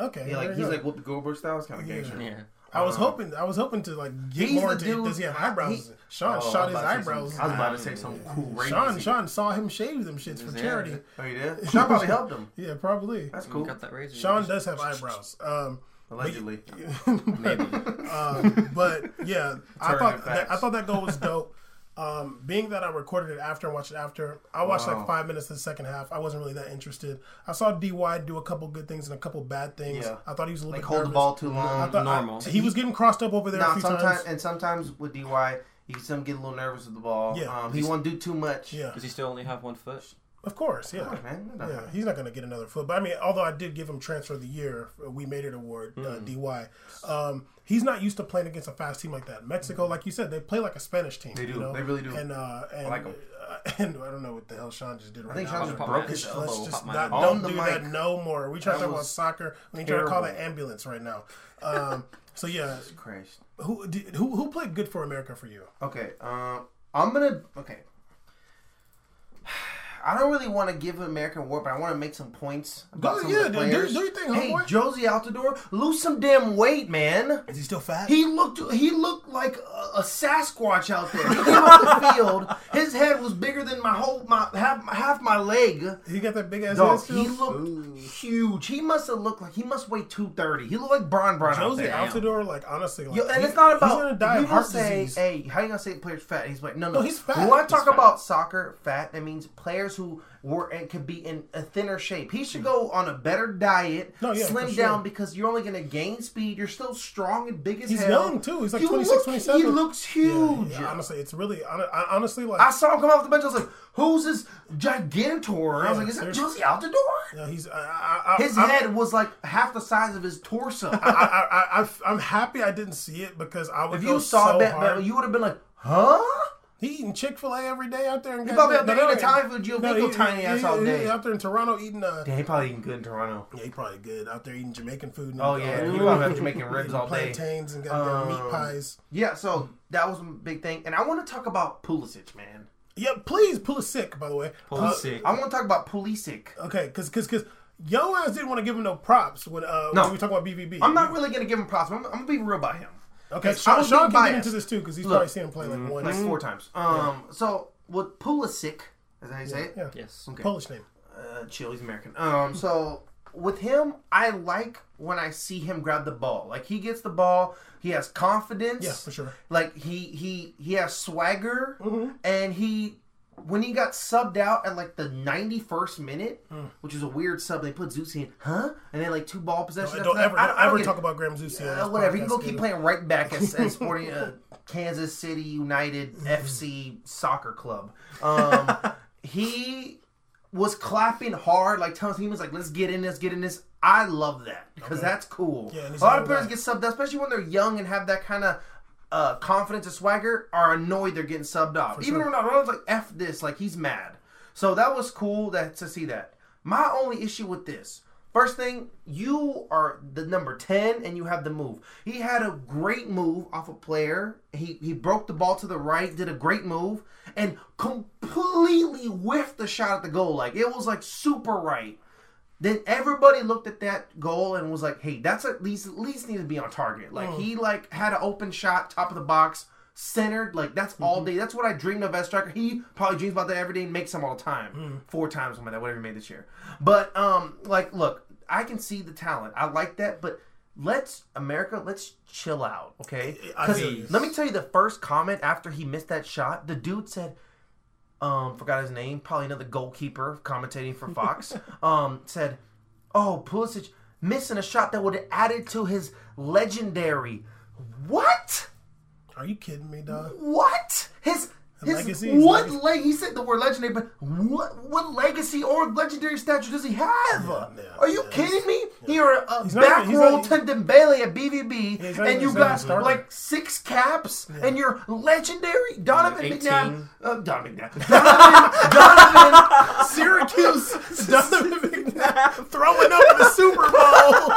Okay, Yeah, like there he's you like go. Whoopi Goldberg style kind of gangster. Yeah. I was hoping. I was hoping to like get He's more the into. dude- Does he have eyebrows? he- Sean Oh, I shot was his about to say eyebrows. some- I was about to say something crazy. Sean Sean saw him shave them shits for Yeah. charity. Oh, you did? *laughs* Sean probably helped him. Yeah, probably. That's Cool. cool. Got that razor. Sean does have eyebrows. Um, Allegedly. Maybe. *laughs* um, but yeah, I Turning thought facts. that, I thought that goal was dope. Um, being that I recorded it after and watched it after, I watched Wow. like five minutes of the second half. I wasn't really that interested. I saw Dy do a couple good things and a couple bad things. Yeah. I thought he was a little Like bit hold the nervous. ball too I long. thought- I- Normal. he was getting crossed up over there a Nah, few sometimes times. and sometimes with DY, you can see him get a little nervous with the ball. Yeah. Um, he won't do too much. Yeah, Does he still only have one foot? of course. Yeah. Come on, man. No, no. Yeah, he's not going to get another foot. But I mean, although I did give him transfer of the year, we made it award, Mm. uh, Dy. Um, he's not used to playing against a fast team like that. Mexico, like you said, they play like a Spanish team. Mm. They do. you know? They really do. And uh, and like 'em. uh, *laughs* and I don't know what the hell Sean just did right I think now. Sean just Pop broke my his hand. Let's elbow. just pop my not, elbow. don't On the do that mic. no more. We try to That talk about was soccer. We ain't trying to call the terrible. ambulance right now. Um, *laughs* so yeah, Christ. who did, who who played good for America for you? Okay. Um, I'm gonna. Okay. *sighs* I don't really want to give American war, but I want to make some points. About Go- some of the yeah, dude, do- players. do your thing, Hey, homeboy. Josie Altador, lose some damn weight, man. Is he still fat? He looked he looked like a, a Sasquatch out there. He came *laughs* off the field. His head was bigger than my whole my half half my leg. he got that big ass head Dog, still. he looked huge. He must have looked like he must weigh two thirty. He looked like Bron Bron out Josie there. Altidore, like honestly, like, Yo, and he- it's not about he's gonna die you of heart don't say, disease. Hey, how you gonna say players fat? He's like, no, No, no, he's fat. When I talk fat. about soccer fat, that means players who were and could be in a thinner shape. He should go on a better diet, Hmm. No, yeah, slim for down sure. because you're only gonna gain speed. You're still strong and big as He's hell. young, too. He's like You 26, look- 27. He looks huge. Yeah, honestly, it's really hon- I, honestly like I saw him come off the bench. I was like, who's this gigantor? I Yeah, was like, is that seriously. Josie Altidore? you know, he's I, I, I, His I'm, head was like half the size of *laughs* his torso. I, I, I, am happy I didn't see it because I would if go you saw so that, hard. you would have been like, huh? he eating Chick Fil A every day out there. In He probably out there eating Italian food, you'll think of tiny ass all day. out there in Toronto eating. Uh, Yeah, he probably eating good in Toronto. yeah, he probably good out there eating Jamaican food. And, Oh yeah, uh, you probably *laughs* have Jamaican ribs all day. plantains and got their Um, meat pies. Yeah, so that was a big thing, and I want to talk about Pulisic, man. Yeah, please pull a sick. By the way, Uh, Pull sick. I want to talk about Pulisic. Okay, because because because yo ass didn't want to give him no props when uh No. when we talk about BVB. I'm not really gonna give him props. I'm, I'm gonna be real about him. okay. I Sean, was Sean can being get biased. into this too because he's Look. Mm-hmm. probably seen him play like one. Like four times. Um, so with Pulisic, is that how you say it? yeah. Yes. Okay. Polish name. uh, chill. He's American. Um, so with him, I like when I see him grab the ball. Like he gets the ball, he has confidence. Yeah, for sure. Mm-hmm. Like he he he has swagger, and he when he got subbed out at like the ninety first minute, Mm. which is a weird sub. They put Zeus in, huh? And then like two ball possessions. Don't, after that. ever, I don't I ever get talk it. about Graham Zusi. on Uh, this whatever. You can podcast, go keep dude. playing right back at, *laughs* at Sporting uh, Kansas City United Mm-hmm. FC Soccer Club. Um, *laughs* he was clapping hard, like telling us he was like, "Let's get in this, get in this." I love that because that's cool. Yeah, and he's a lot a of little players get subbed, out, especially when they're young and have that kind of. Uh, confidence and swagger are annoyed they're getting subbed off. Even Ronaldo's like f this, like he's mad. So that was cool that to see that. My only issue with this, first thing, you are the number ten and you have the move. He had a great move off a player. He he broke the ball to the right, did a great move, and completely whiffed the shot at the goal. Like it was like super right. Then everybody looked at that goal and was like, "Hey, that's at least at least needs to be on target." Like he like had an open shot, top of the box, centered. Like that's all day. That's what I dreamed of as striker. He probably dreams about that every day and makes them all the time. Four times, something like that, whatever he made this year. But um, like, look, I can see the talent. I like that, but. Let's America. Let's chill out, okay? I 'Cause feel you. let me tell you the first comment after he missed that shot. The dude said, um, forgot his name, probably another goalkeeper commentating for Fox, um, said, "Oh, Pulisic missing a shot that would have added to his legendary what? Are you kidding me, *laughs* dog? What his his legacy, his what legacy. leg? He said the word legendary, but what what legacy or legendary stature does he have? yeah, Are you yeah. kidding me? You're a, a not even- back he's roll not to Dembele at BVB, he's not and even- you he's not even got starting. like six caps, and you're legendary. Donovan 18. McNabb, uh, Donovan McNabb, *laughs* Donovan, *laughs* Donovan Syracuse Donovan *laughs* McNabb throwing up in the *laughs* Super Bowl.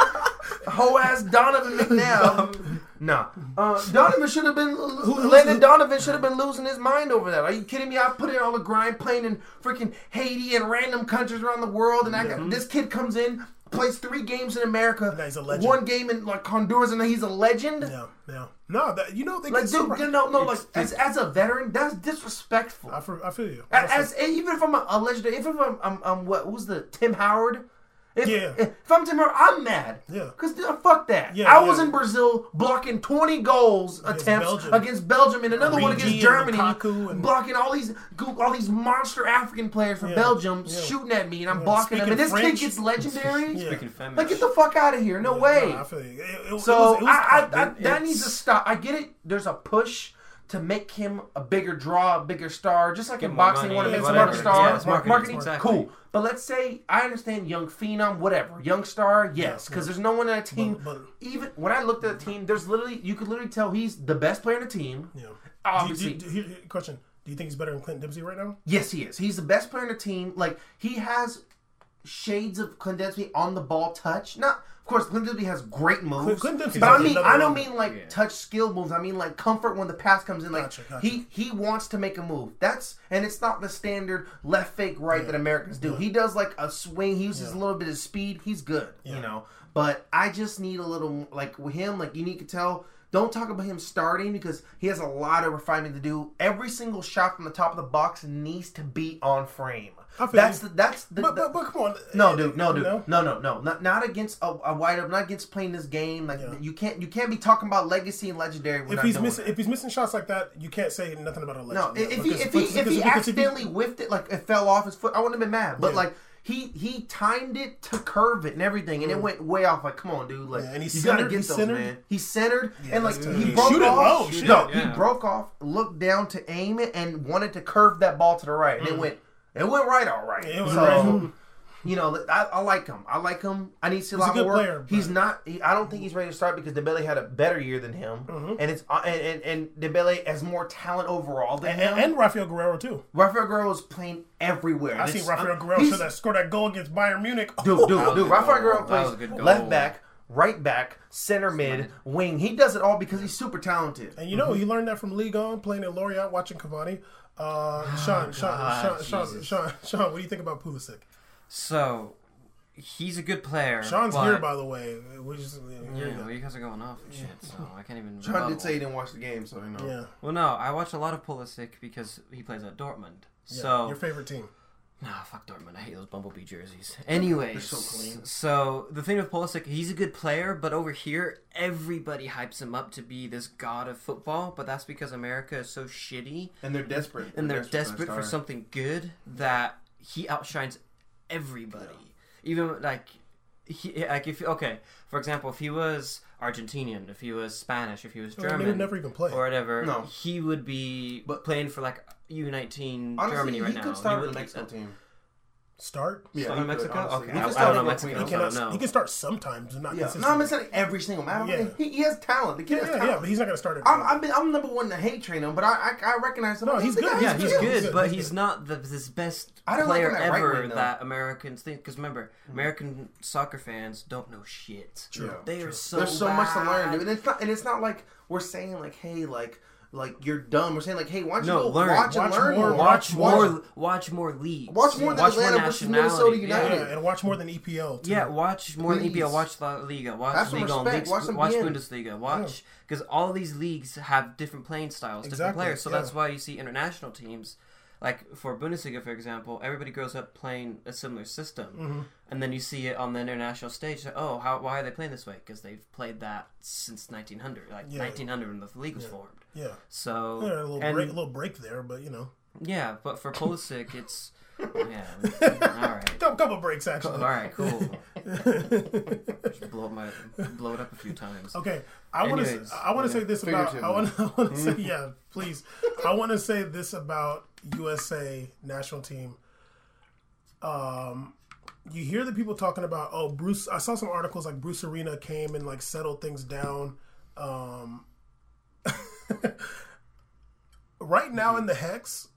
hoe ass Donovan McNabb. No, uh, Donovan should have been. who's- Landon Donovan should have been losing his mind over that. Are you kidding me? I put in all the grind playing in freaking Haiti and random countries around the world, and I got this kid comes in, plays three games in America, Now he's a legend. one game in like Honduras, and then he's a legend. No, no, no. That, you know they Like, get dude, super. no, no, like as, as a veteran, that's disrespectful. I, feel, I feel you. A- As, even if I'm a, a legendary, even if I'm, I'm, I'm what who's the Tim Howard? If, Yeah. If I'm Tim Howard, I'm mad. Yeah. Cause uh, fuck that. Yeah, I was yeah. in Brazil blocking 20 goals attempts Belgium. against Belgium and another one Origi against and Germany, Lukaku and- blocking all these go- all these monster African players from Yeah, Belgium yeah. shooting at me, and I'm blocking them. speaking And this French- kid gets legendary. *laughs* Yeah. Speaking feminist. Like get the fuck out of here! No way. No, I feel you. It- it- So it was- it was- I, I, I, it- that needs to it's- stop. I get it. There's a push to make him a bigger draw, a bigger star, just like in more boxing, you want money, to make whatever. someone a star. Yeah, it's marketing, marketing, it's marketing. cool. But let's say I understand young phenom, whatever, young star, yes, because there's no one in a team. But- but- even when I looked at the team, there's literally you could literally tell he's the best player in the team. yeah. Obviously, Do, do, do, here- here- question: Do you think he's better than Clint Dempsey right now? Yes, he is. He's the best player in the team. Like he has shades of Clint Dempsey on the ball touch. Not, of course, Clint Dempsey has great moves. Clint Dempsey's but I like mean, another I don't one. mean like Yeah. touch skill moves. I mean like comfort when the pass comes in. Like Gotcha, gotcha. he he wants to make a move. That's and it's not the standard left fake right that Americans do. He does like a swing. He uses a little bit of speed. He's good. You know. But I just need a little like with him. Like you need to tell. Don't talk about him starting because he has a lot of refining to do. Every single shot from the top of the box needs to be on frame. I feel That's you. the that's the, But the- but, but come on. no dude no You dude know? no no no not not against a, a wide up not against playing this game like you can't you can't be talking about legacy and legendary. If he's missing, if he's missing shots like that, you can't say nothing about a legend. No, Yeah, if he because- if he because- if because he if accidentally whiffed it, like it fell off his foot, I wouldn't have been mad. But Yeah. like he he timed it to curve it and everything, and it went way off. Like, come on, dude, like Mm. Yeah, and he you gotta centered- he get those, centered. man. He centered and like that's tough. he Yeah. broke Shoot it off. low, shit. no, Yeah. he broke off, looked down to aim it, and wanted to curve that ball to the right, and it went it went right, all right. Mm. It went so, right. You know, I, I like him. I like him. I need to see a He's a lot good more. player, He's not. He, I don't think he's ready to start because Dembele had a better year than him, and it's uh, and and, and Dembele has more talent overall than him. and, and Rafael Guerrero too. Rafael Guerrero is playing everywhere. I see Rafael Guerrero he's- show that score that goal against Bayern Munich. Dude, dude, was dude. a Rafael goal. Guerrero That plays was a good goal. left back, right back, center mid, wing. He does it all because he's super talented. *laughs* And you know, he learned that from League On, playing at Lorient, watching Cavani. Uh, Ah, Sean, Sean, God, Sean, Sean, Jesus. Sean, Sean, what do you think about Pulisic? So, he's a good player. Sean's but, here, by the way. We just, Yeah, yeah, well, you guys are going off and shit, so I can't even. John rebuttal. did say he didn't watch the game, so you know. yeah. Well, no, I watch a lot of Pulisic because he plays at Dortmund. So your favorite team. Nah, fuck Dortmund. I hate those Bumblebee jerseys. Anyways, so clean. so the thing with Pulisic, he's a good player, but over here, everybody hypes him up to be this god of football. But that's because America is so shitty, And they're desperate. and they're desperate for a star. something good that he outshines everybody. Even like, he, like if okay, for example, if he was Argentinian, if he was Spanish, if he Oh, was I German, mean, he never even played. or whatever, No. he would be But- playing for like U19 Honestly, Germany right he now. could start with would- the Mexico team. Start. Yeah, Start he in could, Mexico? honestly. Okay, He I- could I start don't in know Mexico. He Mexico. cannot. I don't know. He can start sometimes, but not Yeah. No, consistently. I'm not saying every single match. Yeah. He, he has talent. The kid yeah, has yeah, talent. yeah, but he's not going to start it. I'm, I'm, been- I'm number one to hate train him, but I I, I recognize him. No, I he's think good. I- Yeah, he's, He's good, good, but he's he's not the this best I don't like player him at right ever wing, though. Mm. that Americans think. Because remember, American soccer fans don't know shit. True. They are so There's so much to learn, bad. dude. And it's not and it's not like we're saying like, hey, like like you're dumb. We're saying like, hey, why don't you No, go learn. watch and Watch learn more. more? Watch, Watch more. more. Watch more leagues. Watch more than watch Atlanta more versus nationality. Minnesota United. Yeah, and watch more than EPL. Too. Yeah, watch more than EPL. Please. Watch La Liga. Watch Have some Liga on respect, Leagues. watch some Watch PN. Bundesliga. Watch because all of these leagues have different playing styles, different Exactly, players. So yeah. that's why you see international teams, like for Bundesliga, for example, everybody grows up playing a similar system, Mm-hmm. and then you see it on the international stage. like, oh, how why are they playing this way? Because they've played that since 1900, like Yeah. 1900 when the league was formed. yeah. So Yeah, a little and- break, a little break there, but you know, yeah, but for Pulisic, *laughs* it's yeah, all right. couple, couple breaks All actually. right, cool. Just blow up my blow it up a few times. Okay, I want to Anyways, I want to yeah. say this about Figuratively. *laughs* I want to want to say yeah, please. I want to say this about USA national team. Um, you hear the people talking about oh Bruce. I saw some articles like Bruce Arena came and like settled things down. Um, *laughs* right now in the hex,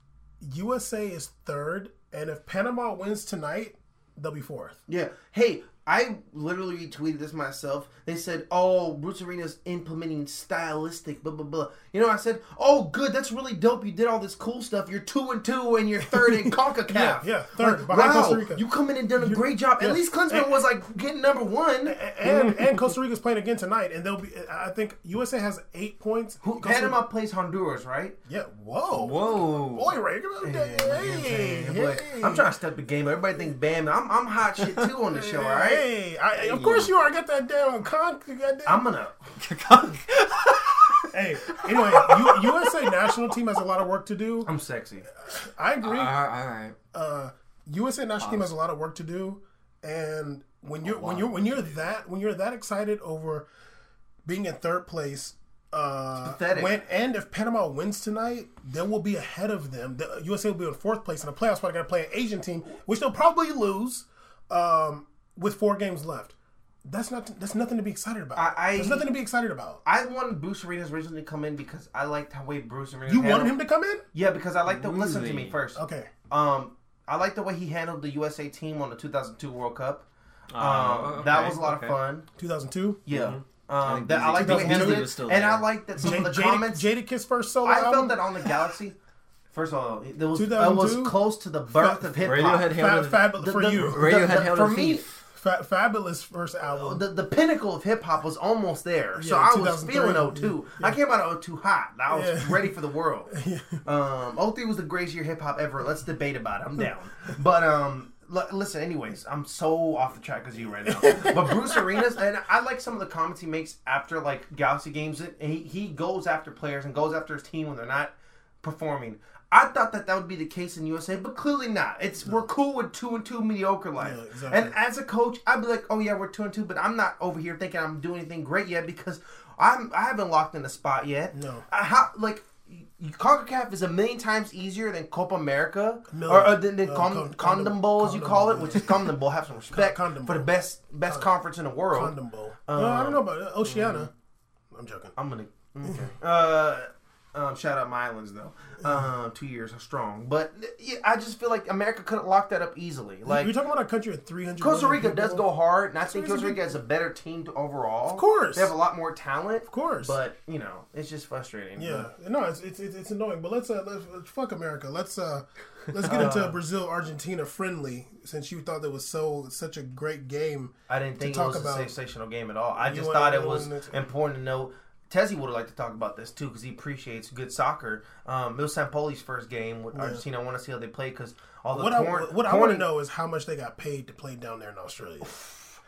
USA is third, and if Panama wins tonight, they'll be fourth. Yeah. Hey, I literally tweeted this myself. They said, "Oh, Bruce Arena's implementing stylistic blah blah blah." You know, I said, "Oh, good. That's really dope. You did all this cool stuff. You're two and two, and you're *laughs* third in Concacaf. Yeah, yeah, third, Like, behind wow, Costa Rica. you come in and done a great job. At least Klinsman was like getting number one. *laughs* and and Costa Rica's playing again tonight, and they'll be. I think USA has eight points. Who, Costa- Panama plays Honduras, right? Yeah. Whoa. Whoa. Boy, Ray. Hey, hey, I'm like, I'm trying to step the game. up. Everybody think Bam. I'm, I'm hot shit too on the show. All right. Hey, I, of course you are. I got that damn con. You got that. *laughs* I'm gonna. *laughs* hey, anyway, U, USA national team has a lot of work to do. I'm sexy. I agree. all right, all right. Uh, USA national team has a lot of work to do, and when Oh, you're when you're when you're that when you're that excited over being in third place, uh, pathetic. when and if Panama wins tonight, then we'll be ahead of them. The USA will be in fourth place in the playoffs. But I got to play an Asian team, which they'll probably lose um, with four games left. That's not that's nothing to be excited about. I- I- There's nothing to be excited about. I wanted Bruce Arenas originally to come in because I liked how way Bruce Arenas. You handled- wanted him to come in? Yeah, because I like the listen to me Really? first. Okay. Um, I like the way he handled the USA team on the 2002 World Cup. Um, Oh, that okay, was a lot okay. of fun. 2002. Yeah. I Um, think that, I like the way Busy- he handled Busy it, was still and I there. like that some J- of the Jada, comments. Jada Kiss first solo I album. felt that on the Galaxy. First of all, it was, it was 2002? close to the birth of hip Radiohead hop. Fab, handled it- fabulous The- for the- you. Radiohead The- the- held for a me- thief. Fa- fabulous first album. Oh, The, the pinnacle of hip hop was almost there, so Yeah, I was 2003. feeling O2. I came out of O2 hot. I was ready for *laughs* the world. Um, O3 was the greatest year hip hop ever. Let's debate about it. I'm down. But um, l- listen, anyways, I'm so off the track as you right *laughs* now. But Bruce Arenas, and I like some of the comments he makes after like Galaxy games. And he he goes after players and goes after his team when they're not performing. I thought that that would be the case in USA, but clearly not. It's we're cool with two and two mediocre life. Yeah, exactly. And as a coach, I'd be like, "Oh yeah, we're two and two, but I'm not over here thinking I'm doing anything great yet because I'm I haven't locked in a spot yet. No. I, how like. y- CONCACAF is a million times easier than Copa America No. or, or than, than Uh, con- con- Condom condom- Bowl, as you condom call it, bowl, which is Condom Bowl. Have some *laughs* respect Con- condom for the bowl. best best conference in the world. Condom Bowl. no, I don't know about it. Oceana. I'm joking. Uh, mm-hmm. I'm *laughs* gonna. Okay. uh, um, shout out my *laughs* islands though. Um, two years strong, but yeah, I just feel like America could have locked that up easily. Like You're talking about a country of 300. Costa million Rica does people? go hard, and I think Costa Seriously? Rica has a better team to overall. Of course. they have a lot more talent. Of course. but you know, it's just frustrating. Yeah. No, it's it's, it's, it's annoying. But let's, uh, let's let's- fuck America. Let's *laughs* uh let's get Uh. into Brazil Argentina friendly since you thought that was so such a great game. I didn't think it talk was about- a sensational game at all. I just wanna- thought it you was wanna- important to know. Tezzy would have liked to talk about this too because he appreciates good soccer. Um, it was Sampoli's first game with Argentina. I want to see how they play because all the What corn- I what I want corny- to know is how much they got paid to play down there in Australia.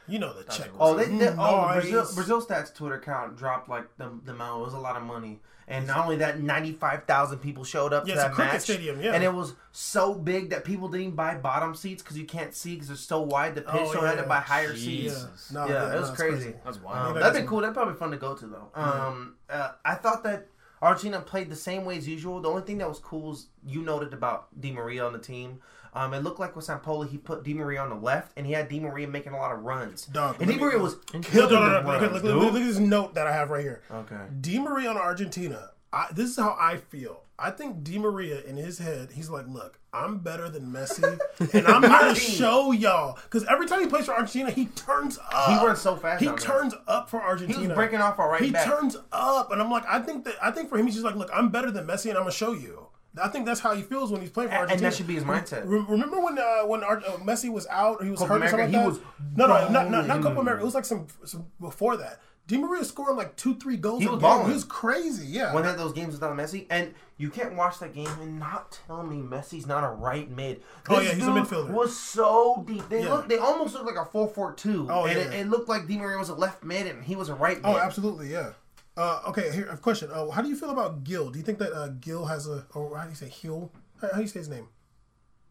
You know the check. Oh, was they, they, oh the Brazil, mm, nice. Brazil Stats Twitter account dropped like the the amount. It was a lot of money, and not only that, ninety five thousand people showed up Yeah, to it's a that cricket match. stadium, yeah. and it was so big that people didn't even buy bottom seats because you can't see because it's so wide. The pitch, Oh, so I had to yeah. buy higher Yeah. seats. Jesus. No, yeah, that- it no, was it's crazy. That's Um, wild. that that'd is- be cool. That'd probably be fun to go to though. Um, uh, I thought that Argentina played the same way as usual. The only thing that was cool is you noted about Di Maria on the team. Um, it looked like with Sampoli, he put Di Maria on the left, and he had Di Maria making a lot of runs. Dog, and let Di me- Maria was No, killing no, the no, no, look, runs. look, look, look at this note that I have right here. Okay. Di Maria on Argentina I, this is how I feel. I think Di Maria in his head, he's like, "Look, I'm better than *laughs* Messi, and I'm gonna show y'all." Because every time he plays for Argentina, he turns up. He runs so fast He down there. turns up for Argentina. He's breaking off our right He back. turns up, and I'm like, I think that I think for him, he's just like, "Look, I'm better than Messi, and I'm gonna show you." I think that's how he feels when he's playing for And- and Argentina. that should be his mindset. Re- remember when uh, when Ar- uh, Messi was out, or he was Copa hurt or something America, like he that? was no, no, not, not, not balling. Copa America. It was like some, some before that. Di Maria scoring like two, three goals. He a was game. balling. He was crazy. Yeah, One of those games without Messi, and you can't watch that game and not tell me Messi's not a right mid. Oh, This yeah, he's a dude midfielder. Was so deep. They Yeah. look. They almost looked like a four four two. Oh, and yeah. it, it looked like Di Maria was a left mid and he was a right mid. Oh, absolutely, yeah. Uh, okay, here a question. Uh, how do you feel about Gil? Do you think that uh, Gil has a, or how do you say Hill? How, how do you say his name?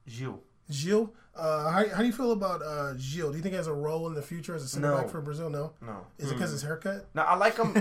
Gilles. Gil. Uh, how, how do you feel about uh, Gil? Do you think he has a role in the future as a center No. back for Brazil? No. No. Is it because his haircut? No, I *laughs* like him.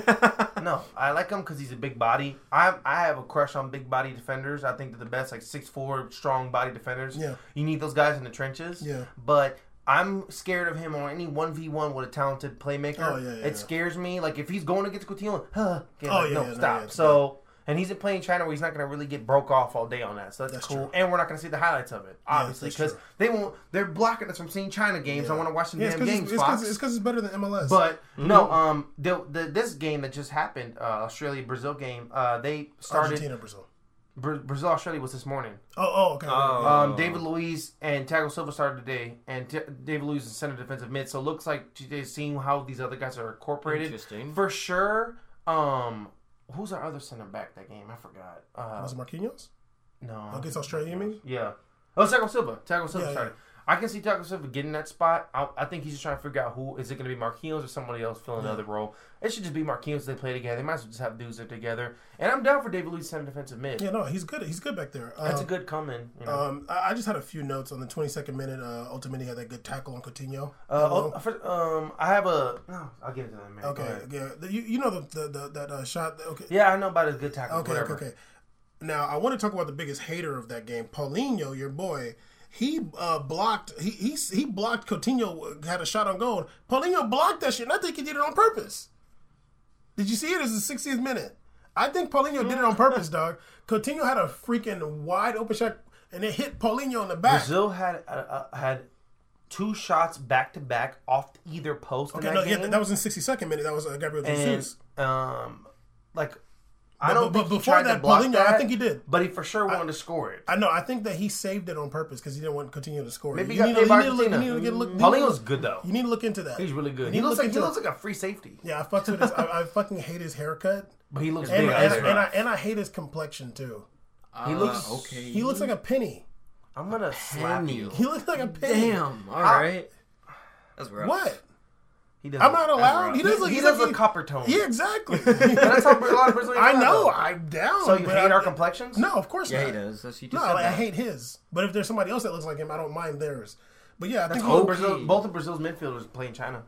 no, I like him because he's a big body. I I have a crush on big body defenders. I think they're the best, like six four strong body defenders. Yeah. you need those guys in the trenches. Yeah. but. I'm scared of him on any one v one with a talented playmaker. Oh, yeah, yeah, it yeah. scares me. Like if he's going to get to Coutinho, huh? okay, Oh, like, yeah, no, yeah, no, stop. yeah, it's so and he's playing China where he's not going to really get broke off all day on that. So that's, cool. true. And we're not going to see the highlights of it, obviously, that's true. because they won't. They're blocking us from seeing China games. I want to watch some Yeah, it's damn because it's, games. it's, Fox. 'cause- it's 'cause it's better than MLS. But no, um, the, the this game that just happened, uh, Australia Brazil game, uh, they started Argentina, Brazil. Bra- Brazil Australia was this morning. Oh, oh, okay. Oh. Um, David Luiz and Thiago Silva started today, and T- David Luiz is center defensive mid. So it looks like today's seeing how these other guys are incorporated. Interesting. for sure. Um, who's our other center back that game? I forgot. Uh, Was it Marquinhos? no, Against Australia, you mean? yeah. Oh, Thiago Silva. Thiago Silva Yeah, started. I can see Thiago Silva getting that spot. I, I think he's just trying to figure out who is it going to be Marquinhos or somebody else filling another role. It should just be Marquinhos. They play together. They might as well just have dudes there together. And I'm down for David Luiz center defensive mid. Yeah, no, he's good. He's good back there. That's Um, a good coming. You know. Uh, Um, I I just had a few notes on the 22nd minute. Uh, Ultimately had that good tackle on Coutinho. uh, oh, for- um, I have a. No, I'll give it to them. okay, yeah, The- you, you know the the, the that uh, shot. Okay, Yeah, I know about his good tackle. Okay, okay, okay. Now I want to talk about the biggest hater of that game, Paulinho, your boy. He uh, blocked. He, he he blocked. Coutinho uh, had a shot on goal. Paulinho blocked that shit. And I think he did it on purpose. Did you see it? It's the 60th minute. I think Paulinho did it on purpose, Mm-hmm. dog. Coutinho had a freaking wide open shot, and it hit Paulinho in the back. Brazil had uh, uh, had two shots back to back off either post. in okay, that no, game. yeah, that was in 62nd minute. That was uh, Gabriel and Jesus. um, like I But- don't. but think he before tried to that, block Paulinho, that, I think he did. but he for sure wanted to score it. I know. I think that he saved it on purpose because he didn't want Coutinho to score. Maybe he you got need, to- paid by you need to look- you need to get a Argentina. look- Paulinho's good though. You need to look into that. He's really good. You He need looks to like he look looks like a free safety, Yeah, I fucked with his. I, I fucking hate his haircut, but he looks and, big. and, as and I and I hate his complexion too. he looks- okay. He looks like a penny. I'm gonna slap Penny. you. Uh, He looks like a penny. damn. All right, that's rough. What? He does. I'm not allowed. He He does. does He, look- he's does like look he- copper tone. *laughs* Yeah, *laughs* exactly. that's how a lot of *laughs* Brazilians. I are, know. though. I'm down. So you but hate I- our complexions? No, of course Yeah, not. he does. That's you just No, said like, I that. hate his. But if there's somebody else that looks like him, I don't mind theirs. But yeah, I think Both, he- Brazil, Okay. both of Brazil's midfielders play in China.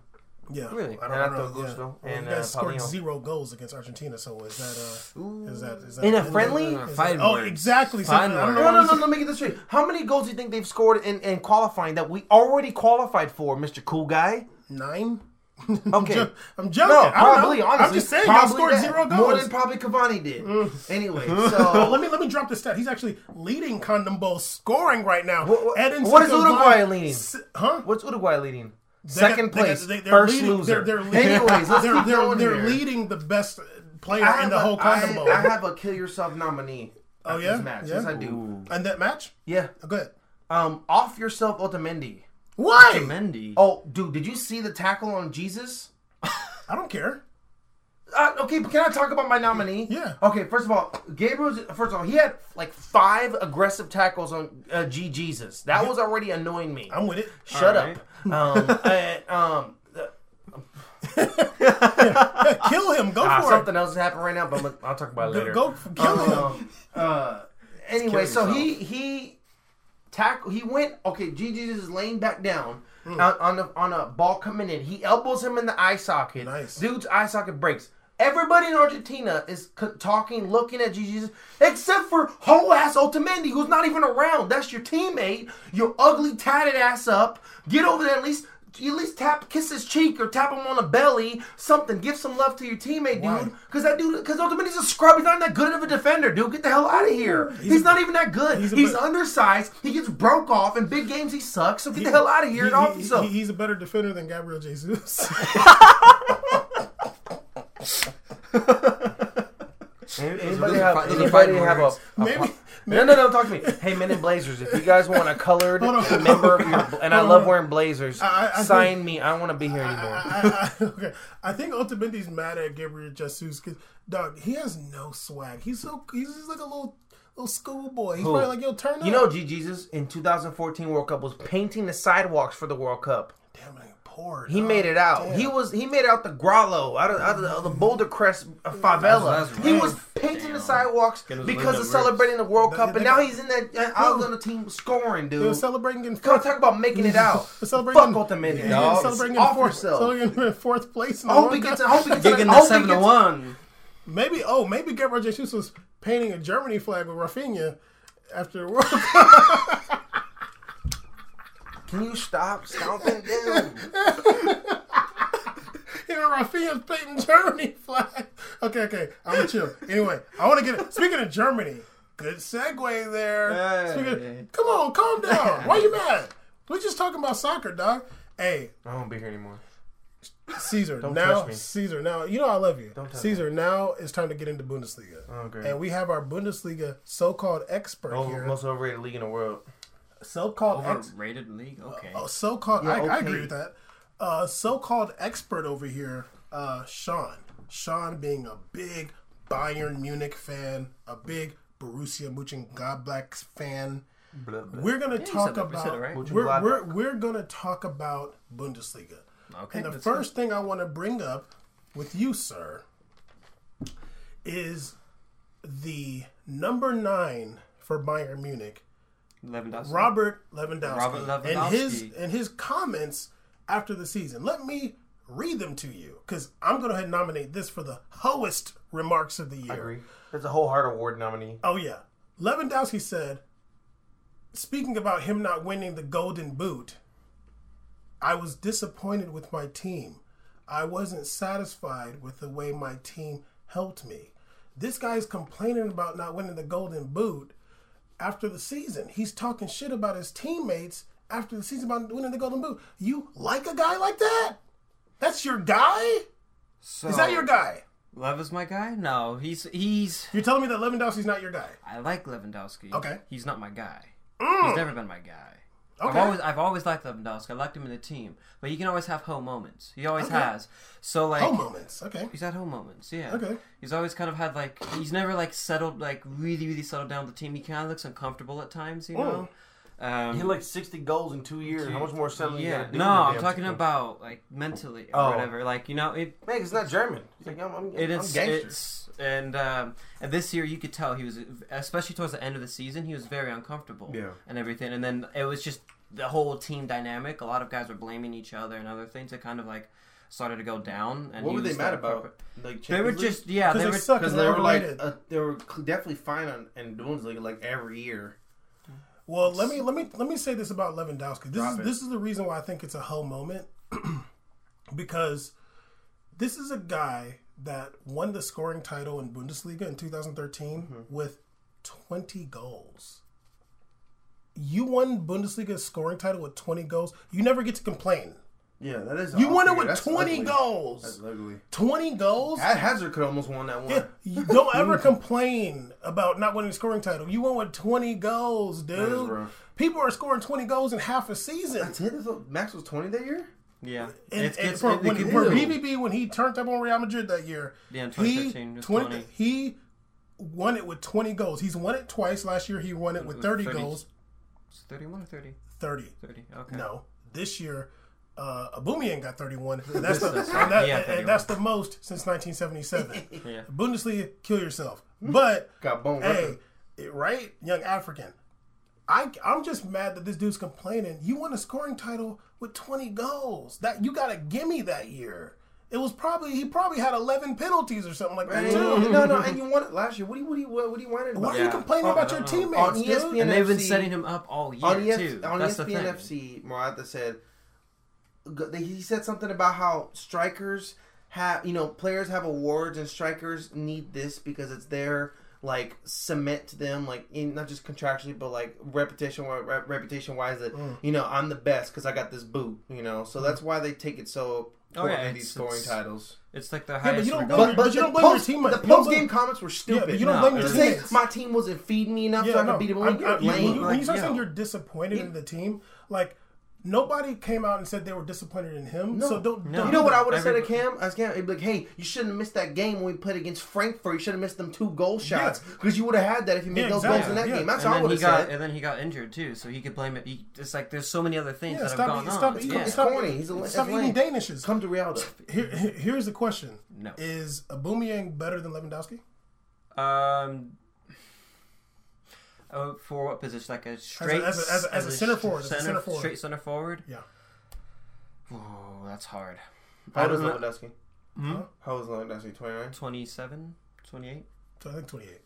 yeah, Really? I don't And Arturo know. Yeah. Gusto Well, and, you guys uh, scored Paulinho. zero goals against Argentina. So is that uh, is that is that In a is friendly? that- is Fine that- oh, words. exactly. So Fine I don't words. know No, why no, we- no, no. Make it this straight. How many goals do you think they've scored in, in qualifying that we already qualified for, Mr. Cool Guy? Nine. *laughs* Okay. Jo- I'm joking. No, I don't probably. know. Honestly, I'm just saying, y'all probably scored that. zero More goals. Mm. than probably Cavani did. *laughs* Anyway, Well, so let me let me drop the stat. He's actually leading Condom Bowl scoring right now. What- what- Edinson what is Cavani- Uruguay leading? S- Huh? what's Uruguay leading? They got- Second they got- place, they- they're first leading- loser. They're, they're leading. Anyways, let's they're, keep they're, going they're here. leading the best player I in have the a- whole Condom I, Bowl. I have a kill yourself nominee. Oh, at yeah? this match. Yeah? Yes, I do. and that match? Yeah. Good. Um, off yourself, Otamendi. Why? Mendy. Oh, dude, did you see the tackle on Jesus? I don't care. Uh, okay, but can I talk about my nominee? Yeah. Okay, first of all, Gabriel. First of all, he had like five aggressive tackles on uh, G Jesus. That was already annoying me. I'm with it. Shut All up. *laughs* Um, and, Ah, um, Kill him. Go ah, for something else is happening right now, but I'm gonna- I'll talk about it later. it. Go f- kill him. Um, uh, anyway, so he he tackle he went okay. Gigi's is laying back down Hmm. on, on a on a ball coming in. He elbows him in the eye socket. Nice. Dude's eye socket breaks. Everybody in Argentina is c- talking, looking at Gigi's, except for whole ass Otamendi, who's not even around. That's your teammate. Your ugly tatted ass up. Get over there at least. You at least tap, kiss his cheek, or tap him on the belly, something. Give some love to your teammate, Why? dude. Because that dude, because ultimately he's a scrub. He's not that good of a defender, dude. Get the hell out of here. He's, a- not even that good. he's He's, a bit- undersized. He gets broke off in big games. He sucks. So get the hell out of here and off Uh-huh. he- yourself. he- he's a better defender than Gabriel Jesus. *laughs* Anybody Those are have, fi- those are anybody fighting have a, words. a Maybe- No, no, no! Talk to me. Hey, Men in Blazers, if you guys want a colored Hold on. member of your, and I Hold love on. wearing blazers, I- I sign me. I don't want to be here anymore. I, *laughs* I, okay, I think Otamendi's mad at Gabriel Jesus because dog, he has no swag. He's so he's just like a little little schoolboy. He's probably like, yo, turn up. you know, G Jesus in 2014 World Cup was painting the sidewalks for the World Cup. damn, I poor. He made it out. He was he made out the Grollo out of, out of the, the Boulder Crest uh, favela. That's- that's he rough. was painting the Damn. sidewalks Get his because window of ripped. celebrating the World Cup, they and now got- he's in that uh, Alabama team scoring, dude. They're celebrating in Come on, fourth. talk about making it out. They're Fuck celebrating, Ultimate, yeah, dog. Celebrating in Off fourth, yourself. celebrating in fourth place. In I the hope World he gets. Cup. I hope he gets. Digging I the hope he seven to gets- one. *laughs* Maybe oh, maybe Gabriel Jesus was painting a Germany flag with Rafinha after the World Cup. Can you stop *laughs* stomping down? You know, Rafinha's painting *laughs* Germany flag. Okay, okay, I'm gonna chill. Anyway, I want to get it. Speaking of Germany, good segue there. Hey. Speaking of- come on, calm *laughs* down. Why you mad? We're just talking about soccer, dog. Hey, I won't be here anymore. Caesar. now, touch me. Caesar. Now, you know I love you. touch Caesar. Now it's time to get into Bundesliga, Oh, great. and we have our Bundesliga so-called expert Over, here. most overrated league in the world. so-called expert. Overrated league. Okay. Oh, so-called. I, I okay. agree with that. Uh, so-called expert over here, uh, Sean. Sean being a big Bayern Munich fan, a big Borussia Mönchengladbach fan. Blah, blah. We're gonna said talk that. We said about it right. we're, Mönchengladbach. we're we're gonna talk about Bundesliga. Okay. And the that's first thing I want to bring up with you, sir, is the number nine for Bayern Munich good. Lewandowski. Robert Lewandowski, Robert Lewandowski. and his and his comments after the season. Let me read them to you because I'm going to nominate this for the hoest remarks of the year. Agree. That's a whole heart award nominee. Oh yeah, Lewandowski said, speaking about him not winning the Golden Boot, I was disappointed with my team. I wasn't satisfied with the way my team helped me. This guy's complaining about not winning the Golden Boot after the season. He's talking shit about his teammates after the season about winning the Golden Boot. You like a guy like that? That's your guy? So, Is that your guy? Lev is my guy? No, he's he's. You're telling me that Lewandowski's not your guy? I like Lewandowski. Okay. Mm. He's not my guy. He's never been my guy. I've Okay. always I've always liked Lewandowski. I liked him in the team, but he can always have home moments. He always has. So like Oh, moments. Okay. He's at home moments, yeah. Okay. He's always kind of had like he's never like settled like really really settled down with the team. He kind of looks uncomfortable at times, you know. Um, He had like 60 goals in two years. How much more selling you yeah. gotta do? No, in the I'm damn talking team? about like mentally or Oh. whatever. Like you know it. Man, it's not German. It's like, I'm, I'm, It I'm is. gangster. It's and um, and this year you could tell he was especially towards the end of the season he was very uncomfortable. Yeah. And everything, and then it was just the whole team dynamic. A lot of guys were blaming each other and other things. It kind of like started to go down. And what he were they was mad not about? proper- Like They were just yeah. Because They they, were suck. because Because they were like overrated. uh, they were cl- definitely fine on in Bundesliga like every year. Well, let me let me let me say this about Lewandowski. This Drop is it. this is the reason why I think it's a hell moment *clears throat* because this is a guy that won the scoring title in Bundesliga in 2013 Mm-hmm. with 20 goals. You won Bundesliga scoring title with 20 goals. You never get to complain. Yeah, that is. You won it with 20 goals. That's ugly. 20 goals? Ad Hazard could almost won that one. Yeah, you *laughs* don't ever complain about not winning the scoring title. You won with 20 goals, is dude. rough. People are scoring 20 goals in half a season. That's it. That's what- Max was 20 that year. Yeah, And, it's, and it's, for, it- it when, could- for Ew. BBB, when he turned up on Real Madrid that year, Yeah, in he- 2013, it was 20 20. he won it with 20 goals. He's won it twice. Last year, he won it with 30, 30. goals. it's 31 or 30? 30. 30, okay. No. This year, uh, Abumian got *laughs* 31. And that's, the, and that- Yeah, and 31. that's the most since 1977. *laughs* Yeah. Bundesliga, kill yourself. But, Got bone hey, hey. it- right? Young African. I, I'm just mad that this dude's complaining. You won a scoring title with 20 goals. That you got a gimme that year. It was probably he probably had 11 penalties or something like that No, too. no, no, and you won it last year. What do you, what do you, what do you Why whining about? are you Yeah. complaining Oh, about I your don't know. teammates, On E dude? ESPN And they've been NFC setting him up all E year on, EF, too. on That's ESPN the thing. FC, Morata said they- he said something about how strikers have you know players have awards and strikers need this because it's their like cement to them like in not just contractually but like reputation re- reputation wise that you know I'm the best because I got this boot you know so that's why they take it so Oh, important yeah, in it's- these scoring it's- titles It's like the but highest. you don't blame regard. but, your- but, but you don't blame the your post, teammate. The You don't post game blame- comments were Yeah, stupid. but you don't No, blame your To say teammates. my team wasn't feeding me enough Yeah, so I no. could beat them. I- Well, I- you're when you- lame. when Like, you start saying yo. you're disappointed in the team, like nobody came out and said they were disappointed in him. So don't. No. don't You know what I would have said to Cam? I Cam, it'd be like, "Hey, you shouldn't have missed that game when we played against Frankfurt. You should have missed them two goal shots because you would have had that if you made Yeah, those exactly. goals in that Yeah. game." That's and all I then would he have got said. and then he got injured too, so he could blame it. He, it's like there's so many other things Yeah, that have stop gone eating- on. stop It's- eating- yeah. It's Stop- corny. He's a it's Stop eating lame. Danishes. Come to reality. Here, here- here's the question: No. Is Aubameyang better than Lewandowski? Um, oh, for what position? Like a straight as a- as a- as a center forward, as a center, center forward. straight center forward. Yeah. Oh, that's hard. How old I is don't know. Lewandowski? Hmm? How old is Lewandowski? Twenty nine. 27, 28? So I think 28,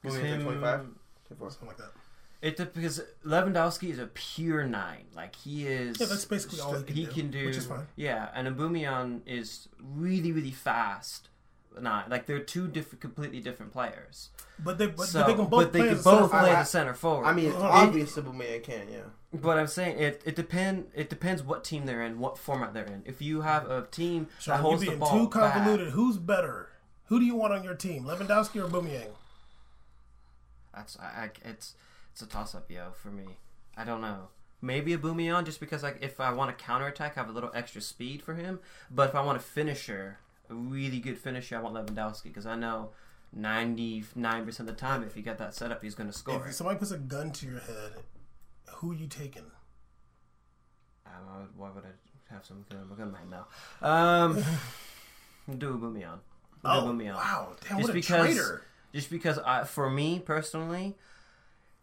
Because Maybe they're him- 25. 24. something like that. It de- because Lewandowski is a pure nine. Like he is. Yeah, that's basically all he can do, which is fine. Yeah, and Abumian is really really fast. Not like they're two different, completely different players. But they, but, so, but they can both but they play. can as a center both forward. play I- the center forward. I mean, it's It- obvious that Aubameyang can. Yeah. But I'm saying it. It depend. It depends what team they're in, what format they're in. If you have a team that Sean, you're holds the being ball too convoluted. back, Who's better? Who do you want on your team, Lewandowski or Aubameyang? that's I, I, it's it's a toss up, yo, for me. I don't know. Maybe a Boumian just because like if I want to counterattack, have a little extra speed for him. But if I want a finisher, a really good finisher, I want Lewandowski because I know ninety nine percent of the time, if you get that setup, he's going to score. If somebody puts a gun to your head, who you taking? Um, I would, why would I have some kind of a gun right now? Um, *laughs* do a Boumian. Do Oh, Aubameyang. wow, damn, just what a because, traitor! Just because, I, for me personally,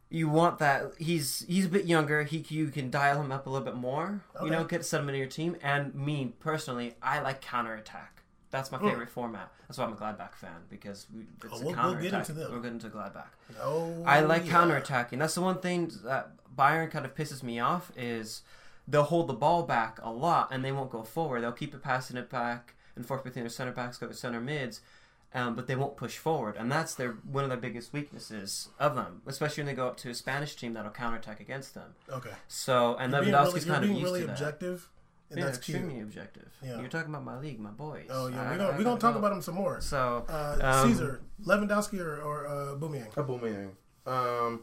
you want that. He's he's a bit younger. He you can dial him up a little bit more. You know, get set him into your team. And me personally, I like counterattack. That's my favorite format. That's why I'm a Gladbach fan because we, it's Oh, we'll- a we'll counterattack. get into them. We're getting into Gladbach. Oh, I like yeah. counterattacking. That's the one thing that Byron kind of pisses me off is they'll hold the ball back a lot and they won't go forward. They'll keep it passing it back and forth between their center backs, go to center mids, um, but they won't push forward. And that's their one of their biggest weaknesses of them, especially when they go up to a Spanish team that'll counterattack against them. Okay, So and being really, Lewandowski's you're kind of being used really to that. objective, and yeah, that's cute. extremely objective. Yeah. You're talking about my league, my boys. Oh yeah, I- we're gonna I we're gonna gotta talk go. about him some more. So Uh, um, Caesar, Lewandowski, or, or uh, Aubameyang? Aubameyang. Um,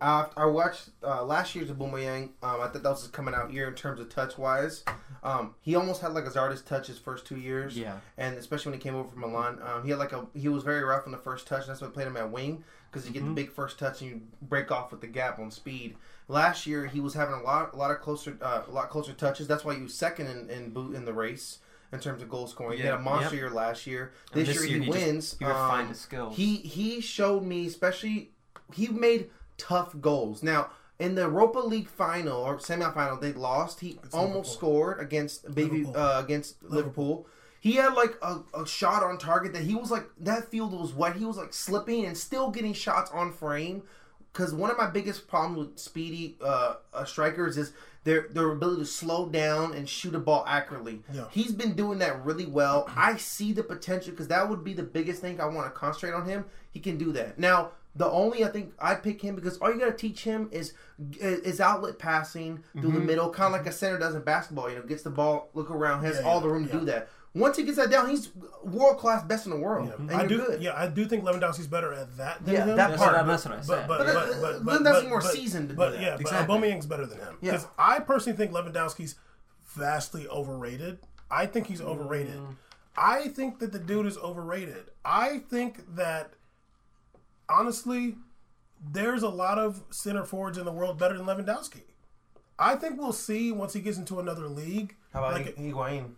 I, I watched uh, last year's Aubameyang. Um, I thought that was his coming out year in terms of touch wise. Um, he almost had like a Zardes touch his first two years. Yeah. and especially when he came over from Milan, um, he had like a he was very rough on the first touch. And that's why I played him at wing because you get Mm-hmm. the big first touch and you break off with the gap on speed. Last year he was having a lot a lot of closer uh, a lot closer touches. That's why he was second in in, boot in the race. In terms of goal scoring, he Yeah. had a monster Yep. year last year. And This, this year, year he, he just- wins. he refined um, his skills. He he showed me especially he made tough goals. Now in the Europa League final or semifinal, they lost. He almost scored against baby Liverpool. uh, against Liverpool. He had like a, a shot on target that he was like that field was wet. He was like slipping and still getting shots on frame. Because one of my biggest problems with speedy uh, uh, strikers is their their ability to slow down and shoot a ball accurately. Yeah. He's been doing that really well. I see the potential because that would be the biggest thing I want to concentrate on him. He can do that. Now, the only I think I pick him because all you got to teach him is is outlet passing through Mm-hmm. the middle, kind of like a center does in basketball. You know, gets the ball, look around, has Yeah, all yeah, the room to do that. Once he gets that down, he's world class, best in the world, and I you're do, good. yeah, I do think Lewandowski's better at that than Yeah, him. that that's, part, what, that's what I said. But but But, uh, but, but, but, Lewandowski's but- more but- seasoned to do but, that. Yeah, Exactly. but Aubameyang's better than him because I personally think Lewandowski's vastly overrated. I think he's overrated. Mm. I think that the dude is overrated. I think that honestly, there's a lot of center forwards in the world better than Lewandowski. I think we'll see once he gets into another league. How about like, Higuain?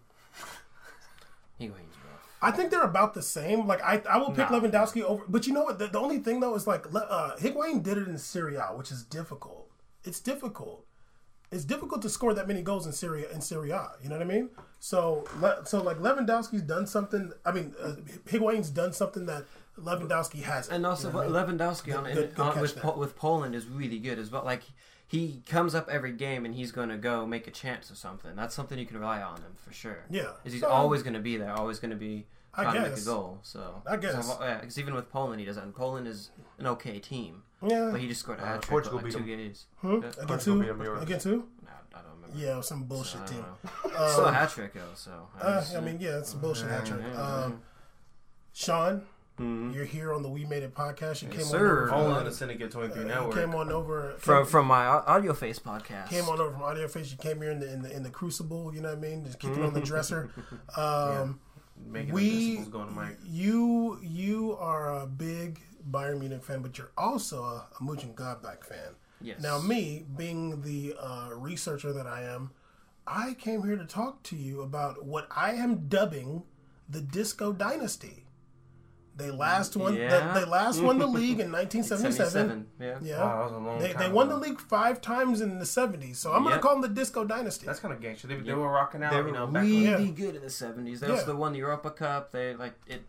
He wins, bro. I think they're about the same. Like I, I will pick Nah. Lewandowski over, but you know what? The, the only thing though is like Le- uh, Higuain did it in Serie A, which is difficult. It's difficult. It's difficult to score that many goals in Syria in Serie A. You know what I mean? So, Le- so like Lewandowski's done something. I mean, uh, Higuain's done something that Lewandowski hasn't. And also, you know what I mean? Lewandowski on, Good- good on catch with there. po- with Poland is really good as well. Like he comes up every game and he's going to go make a chance or something. That's something you can rely on him for sure. Yeah. Is he's So- always going to be there, always going to be I trying to make a guess. goal. So I guess. So, yeah, 'cause even with Poland, he does that. And Poland is an okay team, Yeah. but he just scored a Uh, hat trick Portugal like beat two them. games. Hmm? Yeah. Against Portugal who? beat 'em, Europe. Against who? No, I don't remember. Yeah, some So, I bullshit don't team. know. Still a Um, hat trick though. So uh, just, I uh, mean, yeah, it's a bullshit hat trick. yeah, Um, Sean, mhm. you're here on the We Made It podcast. You Yes, came sir. on All on the Syndicate 23 over. You network. came on over from came- from my au- audio face podcast. came on over from Audio Face. You came here in the in the in the crucible. You know what I mean? Just kicking on the dresser. Um, Making we invisibles going to Mike. you you are a big Bayern Munich fan, but you're also a, a Mugen Godback fan. Yes. Now, me being the uh, researcher that I am, I came here to talk to you about what I am dubbing the Disco Dynasty. They last won. Yeah. They, they last won the league in 1977. 77. Yeah. Yeah, Wow, that was a long they, time they won the ago. league five times in the 70s. So I'm gonna Yep. call them the Disco Dynasty. That's kind of gangster. They, they were rocking out, They you were know, back really when. Yeah. good in the seventies. They Yeah. also won the Europa Cup. They like it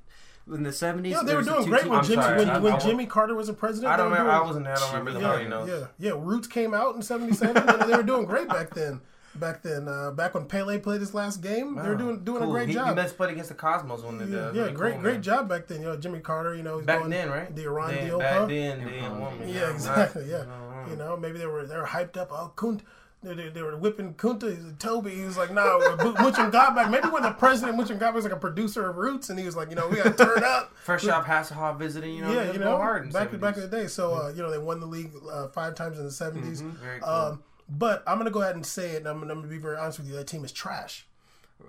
in the seventies. yeah, they were doing great when I'm Jimmy sorry, when, I- when I- Jimmy Carter was a president. I don't they were remember. I doing- wasn't there. I don't remember the Yeah, you know. yeah, yeah. Roots came out in '77. they were doing great back then. Back then, uh, back when Pele played his last game, they were doing doing a great he, He job. best played against the Cosmos when they did. yeah, That's yeah, really great, cool, great man. job back then. You know, Jimmy Carter. You know, he's Back going then, right? The Iran Then- deal, huh? Back then, they didn't want me. Yeah, Nah, exactly. Yeah, nah, nah. you know, maybe they were they were hyped up. Oh, Kunt. They, they, they were whipping Kunta, he's a Toby. He was like, no, Much and Godback. Maybe when the president, Much and Godback, was like a producer of Roots, and he was like, you know, we got to turn *laughs* up. Fresh off Hasselhoff visiting, you know. yeah, it you was going know, hard in the back, back in 70s. the day. So, Mm-hmm. uh, you know, they won the league uh, five times in the 70s. Very cool. Um, but I'm gonna go ahead and say it, and I'm, I'm gonna be very honest with you. That team is trash.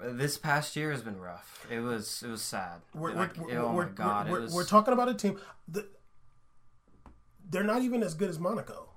This past year has been rough. It was it was sad. We're, Like, we're, oh we're, my god, we're, it was. we're talking about a team. That, they're not even as good as Monaco.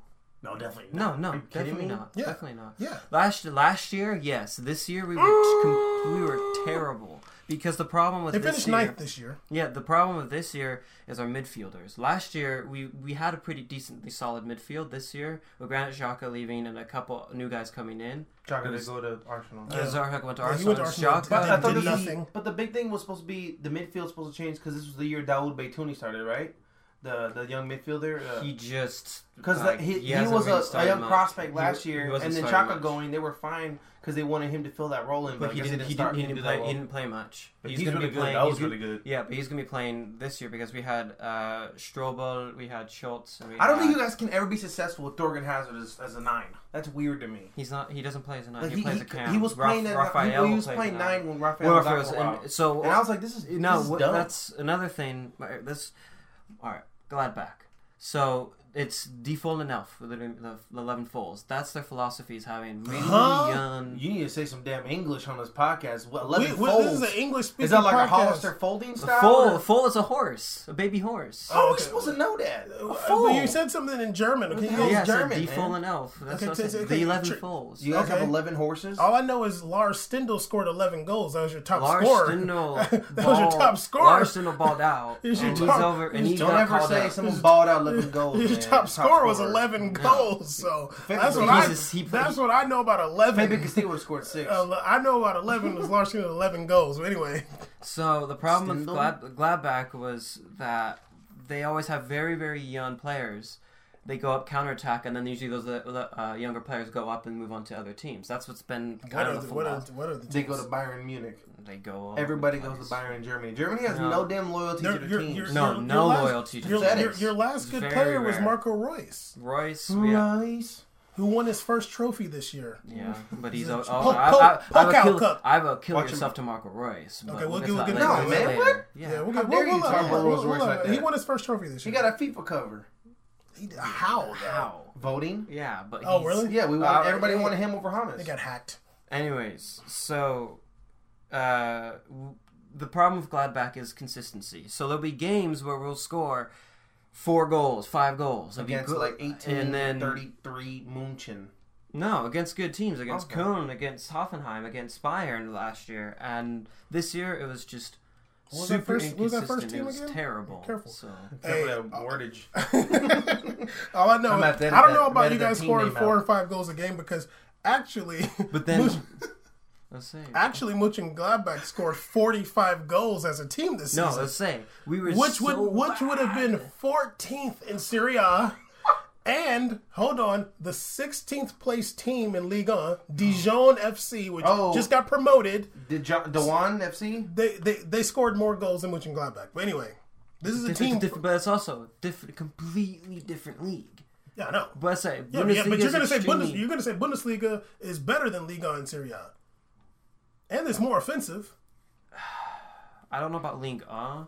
no, definitely. not. no, no, kidding definitely me? not. Yeah. Definitely not. Yeah. Last last year, yes. This year we were t- com- we were terrible because the problem with They this finished year, ninth this year. Yeah, the problem with this year is our midfielders. Last year we we had a pretty decently solid midfield. This year with Granit Xhaka leaving and a couple new guys coming in. Jock to go to Arsenal. Yeah. Zarhak went to Yeah, he Arsenal. went to Arsenal. Xhaka- But I thought did this was- nothing. But the big thing was supposed to be the midfield's supposed to change because this was the year Daoud Beituni started, right? The the young midfielder. uh, he just Because like, he, he, hasn't was really a, a started young much. prospect He- last he year, and wasn't then starting Chaka much. going, they were fine because they wanted him to fill that role in, but, But he didn't. He start. didn't. He didn't do that play. He well. didn't play much. But he's really good. That was really good. Yeah, but he's gonna be playing this year because we had uh, Strobel, we had Schultz. And we I don't think had- you guys can ever be successful with Thorgan Hazard as, as a nine. That's weird to me. He's not. He doesn't play as a nine. Like he, plays a cam. he was Raf- playing that. Raphael He, was plays a playing nine when Raphael Well, was out for Raphael's- a while. and so And I was like, this is no. This is what- dumb. that's another thing. uh, This. All right, Gladbach. So it's default and elf the, the, the eleven foals. That's their philosophy is having really Huh? young. You need to say some damn English on this podcast. What We, eleven we, folds? this is an English speaking Is that like podcast. a Hollister folding The style? foal, Or- foal is a horse, a baby horse. How are we Okay. supposed to know that? Uh, well, fold. you said something in German. Can you hell? use yeah, so German, default man. and elf. That's Okay, what so- I so- said. okay, the eleven tr- foals. Do you guys Okay. have eleven horses? All I know is Lars Stindl scored 11 goals. That was your top Lars scorer. Stindl *laughs* *laughs* that was your balled- top scorer. Lars Stindl balled out. He's your and top- he's over and he Don't got ever called say up. someone balled *laughs* out eleven goals. *laughs* Your man. top, scorer, was 11 goals. So that's what, I, Jesus, he- that's what I know about 11. Maybe Castillo would have scored six. Uh, I know about 11 was Lars Stindl 11 goals. But anyway, So the problem with Glad- Stindl? Gladbach was that they always have very very young players. They go up counterattack, and then usually those uh, younger players go up and move on to other teams. That's what's been what kind are, of the, the what, are, philosophy. what are the they go to Bayern Munich. They go. all Everybody over the goes to place. Bayern in Germany. Germany has No. no, damn loyalty Your- to their your- teams. your- No, your- no your last- loyalty to Your, the your, Celtics. your last good Very player was rare. Marco Royce, Royce. Yeah. Nice. who won his first trophy this year. Yeah, but he's oh, Poke- oh, I, poke- I, I, have poke out a kill, cup. I have a kill Watch him. yourself to Marco Royce. But Okay, we'll that's give- we'll not give- later. No, man, Later. what? Yeah, we'll How get- dare you we'll- talk about we'll- Rolls Royce we'll- like He that. won his first trophy this She year. got a FIFA cover. He- how? though? how? Voting. Yeah, but Oh, he's- really? Yeah, we want Uh, everybody yeah. wanted him over Hamas. They got hacked. Anyways, so uh, w- the problem with Gladbach is consistency. So there'll be games where we'll score four goals, five goals It'll be against good- like 18 and then 33 Munchen. no against good teams, against Okay. Köln, against Hoffenheim, against Bayern last year, and this year it was just What was that super first- what inconsistent. was that first it team was again? terrible. Careful. *laughs* So Hey, Except for that wordage. All Oh, I know, I'm I don't know at that- that- about that- you that guys team scoring name four or out. five goals a game because *laughs* actually, But then- Much- *laughs* let's say *laughs* actually, Much and Gladbach scored forty-five goals as a team this no, season, let's say we were which so would which would have been fourteenth in Serie A And hold on, the 16th place team in Ligue 1, Dijon FC, which Oh. just got promoted, Did John, Dewan FC? they, they they scored more goals than Mönchengladbach. But anyway, this is a It's team. different, but it's also a different, completely different league. Yeah, I know. But I say, Yeah, but, yeah, but Bundesliga you're is gonna say extremely- Bundes, you're gonna say Bundesliga is better than Liga and Serie A, and it's more offensive. I don't know about League A.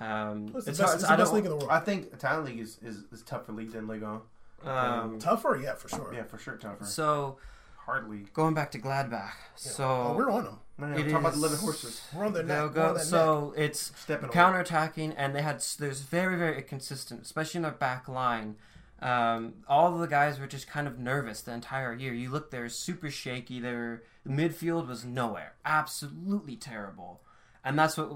Um, It's, it's, the best, hard, it's I the best don't, league in the world. I think Italian league is, is, is tougher league than Ligue 1. um, Tougher, yeah, for sure. Yeah, for sure tougher. so Hard league. going back to Gladbach, so Oh, we're on them. No, no, It talk about the is- 11 horses. We're on their They'll neck. We're on go. that neck. So it's Stepping away. counterattacking, and they had there's very very inconsistent, especially in their back line. Um, all the guys were just kind of nervous the entire year. You look, they're super shaky. Their midfield was nowhere, absolutely terrible. And that's what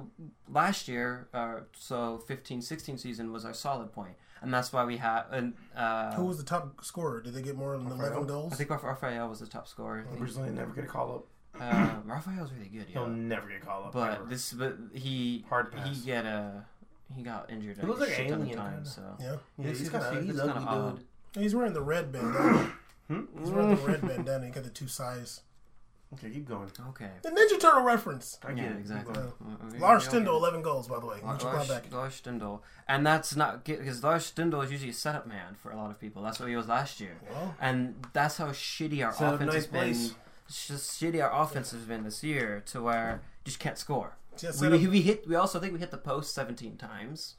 last year, uh, so 15-16 season was our solid point, and that's why we had. And, uh, Who was the top scorer? Did they get more than eleven goals? Oh, I think Rafa- Rafael was the top Oh, scorer. I think. Brazilian never get a call up. Um, Rafael's really good, He'll yeah. never get a call up. ever. But this, but he Hard he pass. get a he got injured. He looks like an shit ton of alien, times. So kinda. yeah, yeah, It's- he's it's kind of kinda- he's it's kinda ugly, odd. dude. And he's wearing the red *clears throat* bandana. he's wearing the red bandana. He got the two sides. Okay, keep going. Okay. The Ninja Turtle reference. I get Yeah, it. exactly. Keep going. Lars Stindl, eleven goals by the way. Lars, Mönchengladbach. Lars Stindl, and that's not because Lars Stindl is usually a setup man for a lot of people. That's what he was last year, Well. and that's how shitty our Set up offense nice has been. place. It's Just shitty our offense has been this year to where you just can't score. Just We, set we, up- we hit. We also think we hit the post seventeen times,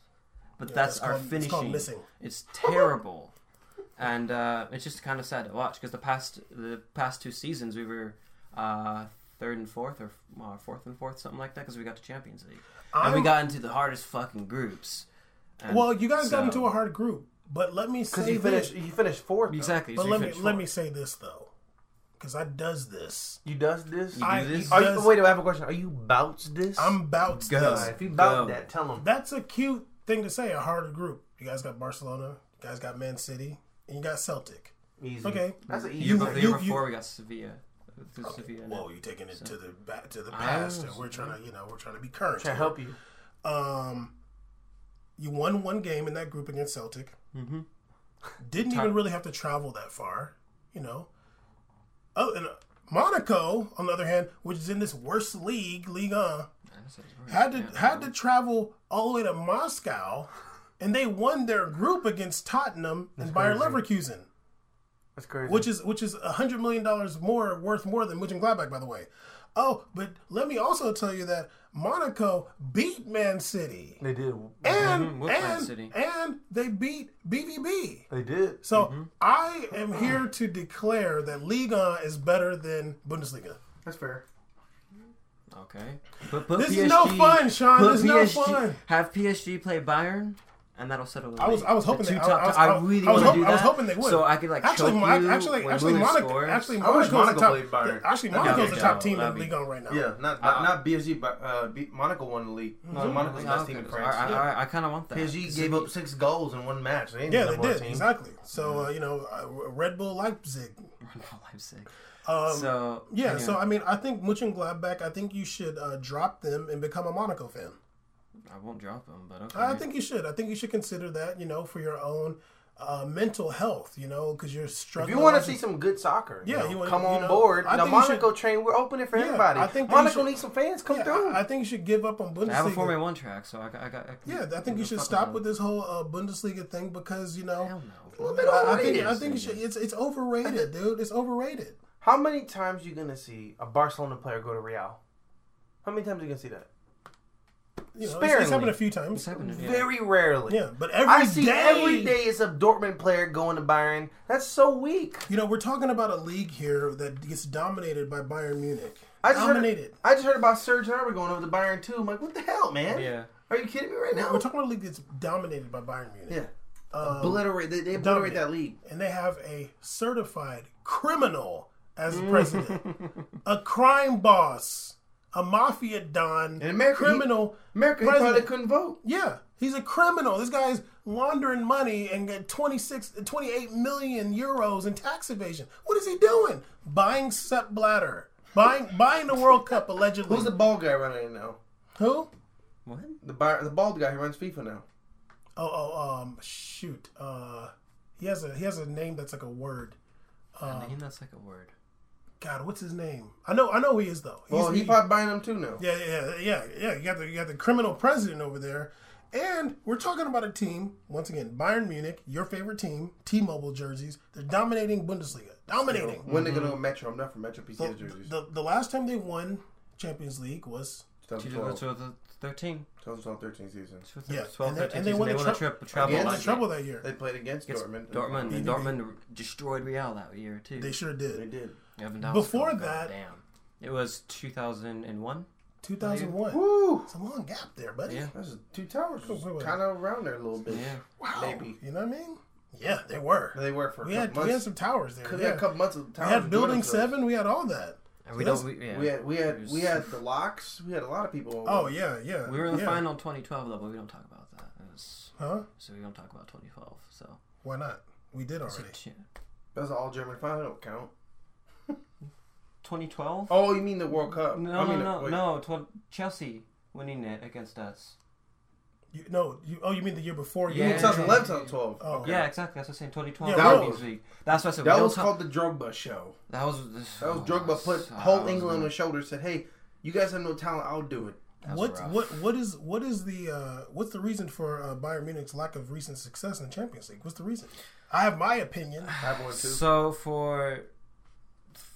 but that's it's our called- finishing. It's called missing. It's terrible, *laughs* and uh, it's just kind of sad to watch because the past the past two seasons we were uh, third and fourth or uh, fourth and fourth something like that because we got to Champions League and we I'm- got into the hardest fucking groups. And Well, you guys so- got into a hard group, but let me Because say he this. finished. He finished fourth. though. exactly. But so we let me finished let fourth. me say this though, because I does this. You does this. do I, this? he Are does- you, wait, I have a question. Are you bouts this? I'm bouts Go. this. Alright, if you bout Go. that, tell him. That's a cute thing to say. A harder group. You guys got Barcelona. You guys got Man City. And you got Celtic. Easy. Okay. That's an easy. Year You- before, thing. the you- year before we got Sevilla. Through Sevilla now. Whoa, you taking it to the back to the past. and we're trying to, you know, we're trying to be current. Trying to help you. Um, you won one game in that group against Celtic. Mm-hmm. Didn't even really have to travel that far, you know. Oh, and uh, Monaco, on the other hand, which is in this worst league, Ligue 1, I guess that's right. had to Yeah. had to travel all the way to Moscow, and they won their group against Tottenham and Bayer Leverkusen, That's crazy. which is which is a hundred million dollars more worth more than Mönchengladbach, by the way. Oh, but let me also tell you that Monaco beat Man City *laughs* they did. Eh? and Wolfman and, Mhm, City. Mm-hmm. and they beat BVB. They did. So I am here to declare that Liga is better than Bundesliga. That's fair. Okay. But put This PSG, is no fun, Sean. put This is no fun. Have PSG play Bayern, and that'll settle the I was- league. I was The hoping two they- I- top- I was- I I was- really I was want to hop- do I that. was hoping they would. So I could like Actually, choke Mon- you actually, when actually, Muller Monaco, scores. actually, I Monaco's wish Monaco the top. played Bayern. Actually, That'd be Monaco's the dope. top team in That'd the be- league on right now. Yeah, not Uh, not, not PSG, but uh, beat Monaco won the league. Mm-hmm. So Monaco's the best team in France. I, I, I kind of want that. *laughs* PSG gave up six goals in one match. They ain't Yeah, the they number one did Team. exactly. So uh, you know, uh, Red Bull Leipzig. Leipzig. Um, So yeah, anyway, so I mean, I think Mönchengladbach. I think you should uh, drop them and become a Monaco fan. I won't drop him, but okay. I think you should. I think you should consider that. You know, for your own uh, mental health. You know, because you're If struggling. you want to with- see some good soccer, Yeah, yeah, you you know, wanna- come you on know, board. I the think you Monaco train, we're opening it for Yeah, everybody. I think that you Monaco should- needs some fans. Come Yeah, through. I, I think you should give up on Bundesliga. I have a Formula One track, so I got. I got I can, Yeah, I think you should fuck stop them. with this whole uh, Bundesliga thing because you know, Hell no. I, I think I overrated. think you should, it's it's overrated, dude. It's overrated. How many times you gonna see a Barcelona player go to Real? How many times you gonna see that? You know, it's, it's Sparingly. happened a few It's times. happening. Yeah. Uh, Very rarely. Yeah, but every I see day- every day it's a Dortmund player going to Bayern. That's so weak. You know, we're talking about a league here that gets dominated by Bayern Munich. I just dominated. Heard, I just heard about Serge Gnabry going over to Bayern too. I'm like, what the hell, man? Yeah. Are you kidding me right now? We're talking Uh, about a league that's dominated by Bayern Munich, yeah. obliterate. They, they dominant. obliterate that league. and they have a certified criminal as Mm. the *laughs* president, a crime boss, a mafia don, In America, he- criminal. America he President. probably couldn't vote. Yeah, he's a criminal. This guy's laundering money and got 26, 28 million euros in tax evasion. What is he doing? Buying Sepp Blatter, buying buying the World Cup allegedly. Who's the bald guy running it now? Who? What? The Bayern, the bald guy who runs FIFA now. Oh, oh, um, shoot. Uh, He has a he has a name that's like a word. uh, I mean, that's like a word. God, what's his name? I know I know who he is though. He's Well, he the- probably buying them too now. Yeah, yeah, yeah, yeah. You got the you got the criminal president over there, and we're talking about a team once again, Bayern Munich, your favorite team, T-Mobile jerseys. They're dominating Bundesliga, dominating. When they gonna go Metro? I'm not from Metro PCS The, jerseys. the, the last time they won Champions League was 2012, 2013. 2012, 13 season. 2012, Yeah, 13, and they- and they they won won the a trou- trip, travel against in the last Dortmund. trouble that year. They played against against Dortmund. Dortmund. They did. And Dortmund destroyed Real that year too. They sure They did. did. Evan Downs Before scored, that- goddamn. it was 2001. 2001. Woo! It's a long gap there, buddy. Yeah. That's two towers. wait, wait. Kind of around there a little bit. Yeah. Wow. Maybe. You know what I mean? Yeah, they were. They were for a We couple had months. we had some towers there. Could yeah. have a couple months of we time. had Building Seven. We had all that. And we that's- don't. We, yeah. We had we It had was- we had the locks. We had a lot of people. Oh yeah, yeah. We were in the yeah. final 2012 though, but we don't talk about that. It was- Huh? so we don't talk about 2012. So, Why not? We did so already. t- That was an all German final. Don't count. 2012. Oh, you mean the World Cup? no, I mean, no, no, wait. no. Tw- Chelsea winning it against us. You, no, you. Oh, you mean the year before? You mean Yeah. 2011, 2012? Oh. Okay. Yeah, exactly. That's what I'm saying. 2012 Yeah, that Champions was- League. That's what I said. we That don't was talk- called the Drogba show. That was. oh, That was Drogba put whole England on his shoulders. Said, "Hey, you guys have no talent. I'll do it." That was What rough. what what is what is the uh, what's the reason for uh, Bayern Munich's lack of recent success in the Champions League? What's the reason? I have my opinion. I have one too. So for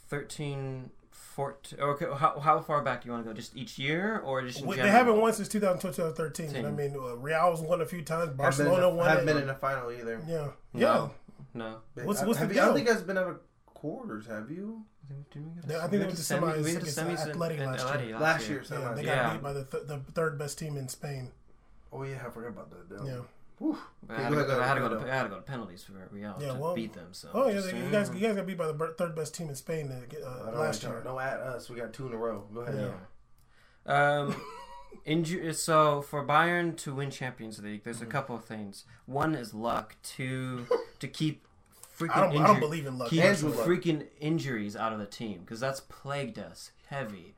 13, 14. Okay, how, how far back do you want to go? Just each year or *sighs* just in Well, they general? haven't won since 2012 13. And I Team. mean, uh, Real's won a few times. Haven't been in Barcelona the- won. haven't it. been in the final either. yeah, yeah. No. No. What's- I- what's the have you, I don't deal? think it's been out of quarters. Have you? Didn't we get a Yeah, I semi- think we they had went to semi- semis we had against the semis in- Athletic in last LA year. Last year, Yeah, sometimes. they Yeah. got beat by the, th- the third best team in Spain. Oh yeah, I forgot about that. Yeah. Whew. But I Okay, had go to ahead, go- I had to go go ahead, to I had to go to penalties for Real Oh, Yeah, to well- beat them. So Oh yeah, just- they, you guys you guys got beat by the bir- third best team in Spain uh, get, I uh, don't last wanna year. talk- No, at us. We got two in a row. Go ahead. Yeah. Um, inju- so for Bayern to win Champions League, Mm-hmm. there's a couple of things. One is luck. Two, to keep freaking *laughs* I don't I injury- don't believe in luck. keep Andrew luck. freaking injuries out of the team because that's plagued us heavy.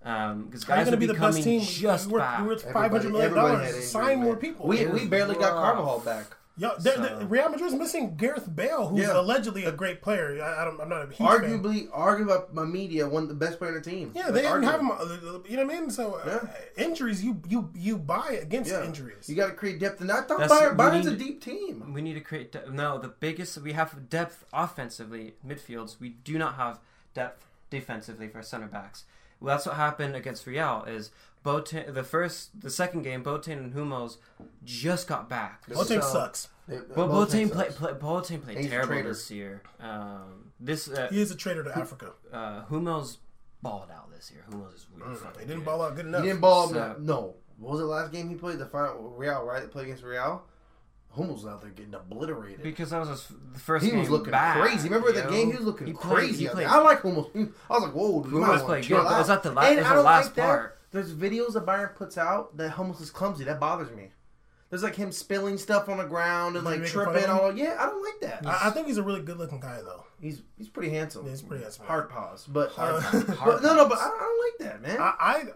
Because How guys you are going to be the becoming best team? just we're, back. we're Everybody- five hundred million everybody had dollars. injury, Sign man. more people. We, It we was barely got rough. Carvajal back. Yo, they're, So- they're- Real Madrid's missing Gareth Bale, who's Yeah. allegedly a great player. I, I don't, I'm not a huge fan. Arguably, arguably, my media one of the best player on the team. Yeah, they Like, didn't have arguably. him. uh, You know what I mean? So uh, injuries, you you you buy against Yeah. injuries. You got to create depth, and I thought That's- Bayern, we Bayern's a need- deep team. We need to create de- no. The biggest we have depth offensively, midfields. We do not have depth defensively for center backs. Well, that's what happened against Real. Is Botan the first, the second game? Botan and Humos just got back. Boateng So- sucks. They- But both Boateng teams played. sucks. Play, Boateng played He's a terrible traitor. this year. Um, this uh, He is a traitor to Africa. uh, Hummels balled out this year. Hummels is really fucking. They didn't good. ball out good He enough. Mm, didn't ball. So- No, what was the last game he played? The final Real, right? Played against Real. Hummels out there getting obliterated. because that was his, f- the first. He game was looking back, crazy. Remember the yo? game? He was looking He played- crazy. he out played there. I like Hummels. I was like, whoa, dude, you Hummels might wanna played chill good, but out. it's not the la- And it's I the don't last like that. part. There's videos that Byron puts out that Hummels is clumsy. That bothers me. There's like him spilling stuff on the ground and You're like making fun of tripping him? all. Yeah, I don't like that. I, I think he's a really good looking guy though. he's he's pretty handsome. He's pretty handsome. Hard pause, but, *laughs* Uh, but no, no, but I, I don't like that, man. I,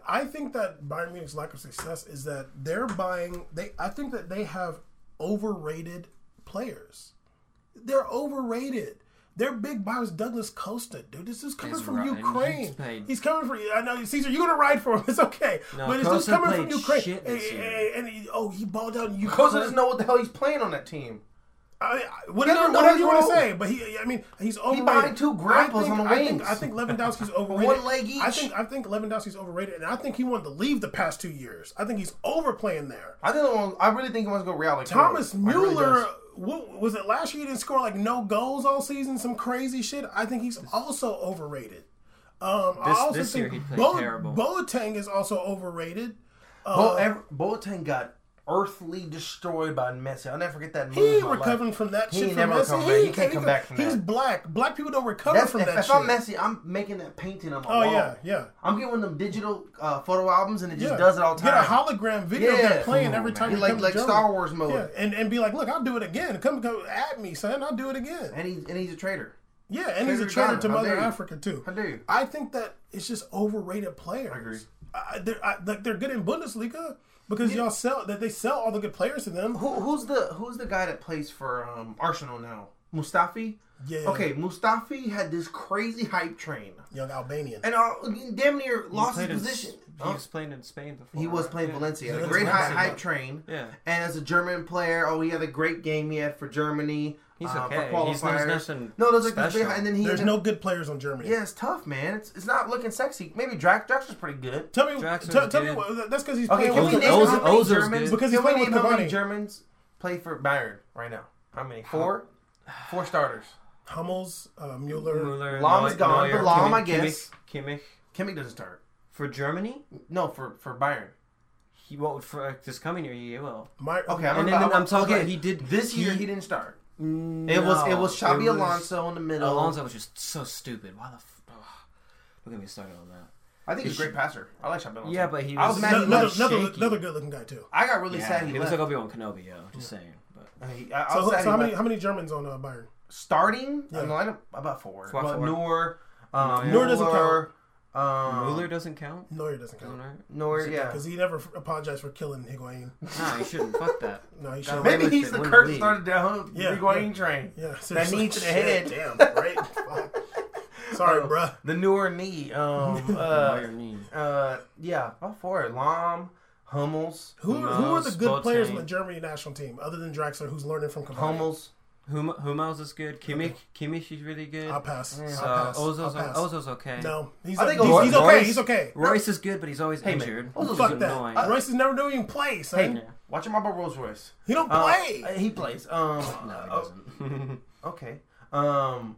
I I think that Bayern Munich's lack of success is that they're buying. They I think that they have overrated players. They're overrated. Their big buy was Douglas Costa, dude. This is coming He's from right. Ukraine. He's paid. coming from. I know Caesar. You're gonna ride for him. It's okay. No, but it's just Costa coming from played Ukraine. shit this and, year. and he, oh, he balled out in Ukraine. Costa doesn't know what the hell he's playing on that team. I, I, whatever, don't know whatever his you want role. to say, but he, I mean, he's overrated. behind two grapples I think, on the I think, wings. I think *laughs* Lewandowski's overrated. One leg each. I think I think Lewandowski's overrated, and I think he wanted to leave the past two years. I think he's overplaying there. I think it wants- I really think he wants to go Real. Like Thomas Kroos. Oh, I really Mueller, does. what was it last year? He didn't score like no goals all season. Some crazy shit. I think he's also overrated. Um, I This- also this year think he played Bo- terrible. Boateng is also overrated. Uh, Bo- ev- Boateng got earthly destroyed by Messi. I'll never forget that move. He in my ain't life. recovering from that He shit ain't from never Messi. come He back. He ain't- can't come back from He's that. black. Black people don't recover That's, from if, that if shit. I'm Messi, I'm making that painting on my oh wall. yeah, yeah. I'm getting one of them digital uh, photo albums, and it just Yeah. does it all the time. Get a hologram video Yeah. of them playing Ooh, every time man. you like come like to Star Germany. Wars mode. Yeah, and, and be like, look, I'll do it again. Come come at me, son. I'll do it again. And he's and he's a traitor. Yeah, and he's a Traitor to traitor Ghana. to How Mother dare you. Africa too. How dare you? I think that it's just overrated players. agree. I, they're I, like they're good in Bundesliga. because y'all sell that they sell all the good players to them. Who, who's the who's the guy that plays for um, Arsenal now? Mustafi. Yeah. Okay, Mustafi had this crazy hype train, Young Albanian. and uh, damn near lost his Played in- position. He Huh? was playing in Spain before. He was playing yeah. Valencia. Yeah, a great Valencia. hype, hype train. Yeah. And as a German player, oh, he had a great game he had for Germany. He's uh, okay. For qualifiers. He's- there's nothing no, there's like this special. big, and then he. There's no good players on Germany. Yeah, it's tough, man. It's, it's not looking sexy. Maybe Drax. Drax is pretty good. Tell me, Jackson's tell, tell me good. what, that's because he's Okay, playing can with we the- name Ozil- how many Ozil's Germans? good. Because he's can we playing name with how many Cavani. Germans play for Bayern right now? How many? Four. Four starters. Hummels, uh, Mueller. Muller, Lahm's Neu- gone, Neuer, but Lahm, Kimmich- I guess. Kimmich, Kimmich. Kimmich doesn't start. for Germany. No, for for Bayern. He won't for uh, this coming year. He will. My, Okay, I'm, And about- then I'm, I'm talking- okay, he did- this year. he- He didn't start. It was Mm, it was Xabi It was- Alonso in the middle. Alonso was just so stupid. Why the? F- ugh. Don't get me started on that. I think he's a He great passer. I like Xabi Alonso. Yeah, but he I was- was mad another, he another, left. another, shaky. another good looking guy too. I got really sad he it was left. like Obi Wan Kenobi. Yo, just saying. But He- I, I So, was sad so he how many left. how many Germans on uh, Bayern? starting Yeah. in the lineup? About four. About But four. Neuer, um, Neuer doesn't Müller, Um, Mueller doesn't count. Neuer doesn't count Mueller? Neuer, yeah. because he never f- apologized for killing Higuain. Nah, he *laughs* shouldn't. Fuck that. No, he Got should. away Maybe with he's it, the win Kirk league. started down Yeah, yeah, going train. Yeah, That knee to *laughs* the head. Damn, right? Fuck. Sorry, Oh. bruh. The newer knee. *laughs* Um, uh, Bayern need. uh, yeah, about four. Lam, Hummels, Who, Who who are knows? the good Boateng. players in the Germany national team other than Draxler, who's learning from Cavani? Hummels. Hum- Hummels is good. Kimmich, Kimmich is really good. I'll pass. So I'll pass. Ozil's, I'll pass. Ozil's okay. No, he's, I think he's, he's Royce- okay. He's okay. Royce is good, but he's always man, injured. Ozil's Which is Fuck that. annoying. Uh, *laughs* Royce is never doing even play, son. Hey, watch him about Rolls Royce. He don't Uh, play. uh, he plays. Um, no, he uh, doesn't. okay. Um,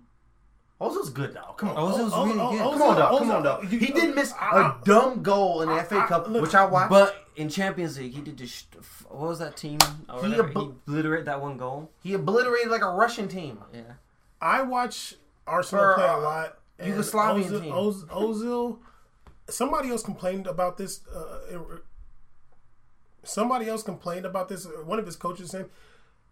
Ozil's good now. Come on. Ozil's Oz- really Oz- good. Oz- Come on, dog. Ozil- Come on, dog. you- He did miss I- a dumb goal in the FA Cup, look, which I watched. But in Champions League, he did just. What was that team? Or He whatever, ab- he obliterated that one goal. he obliterated like a Russian team. Yeah. I watch Arsenal For, play a uh, lot. and Yugoslavian Ozil, team. Oz- Ozil. Somebody else complained about this. Uh, it- somebody else complained about this. uh, One of his coaches said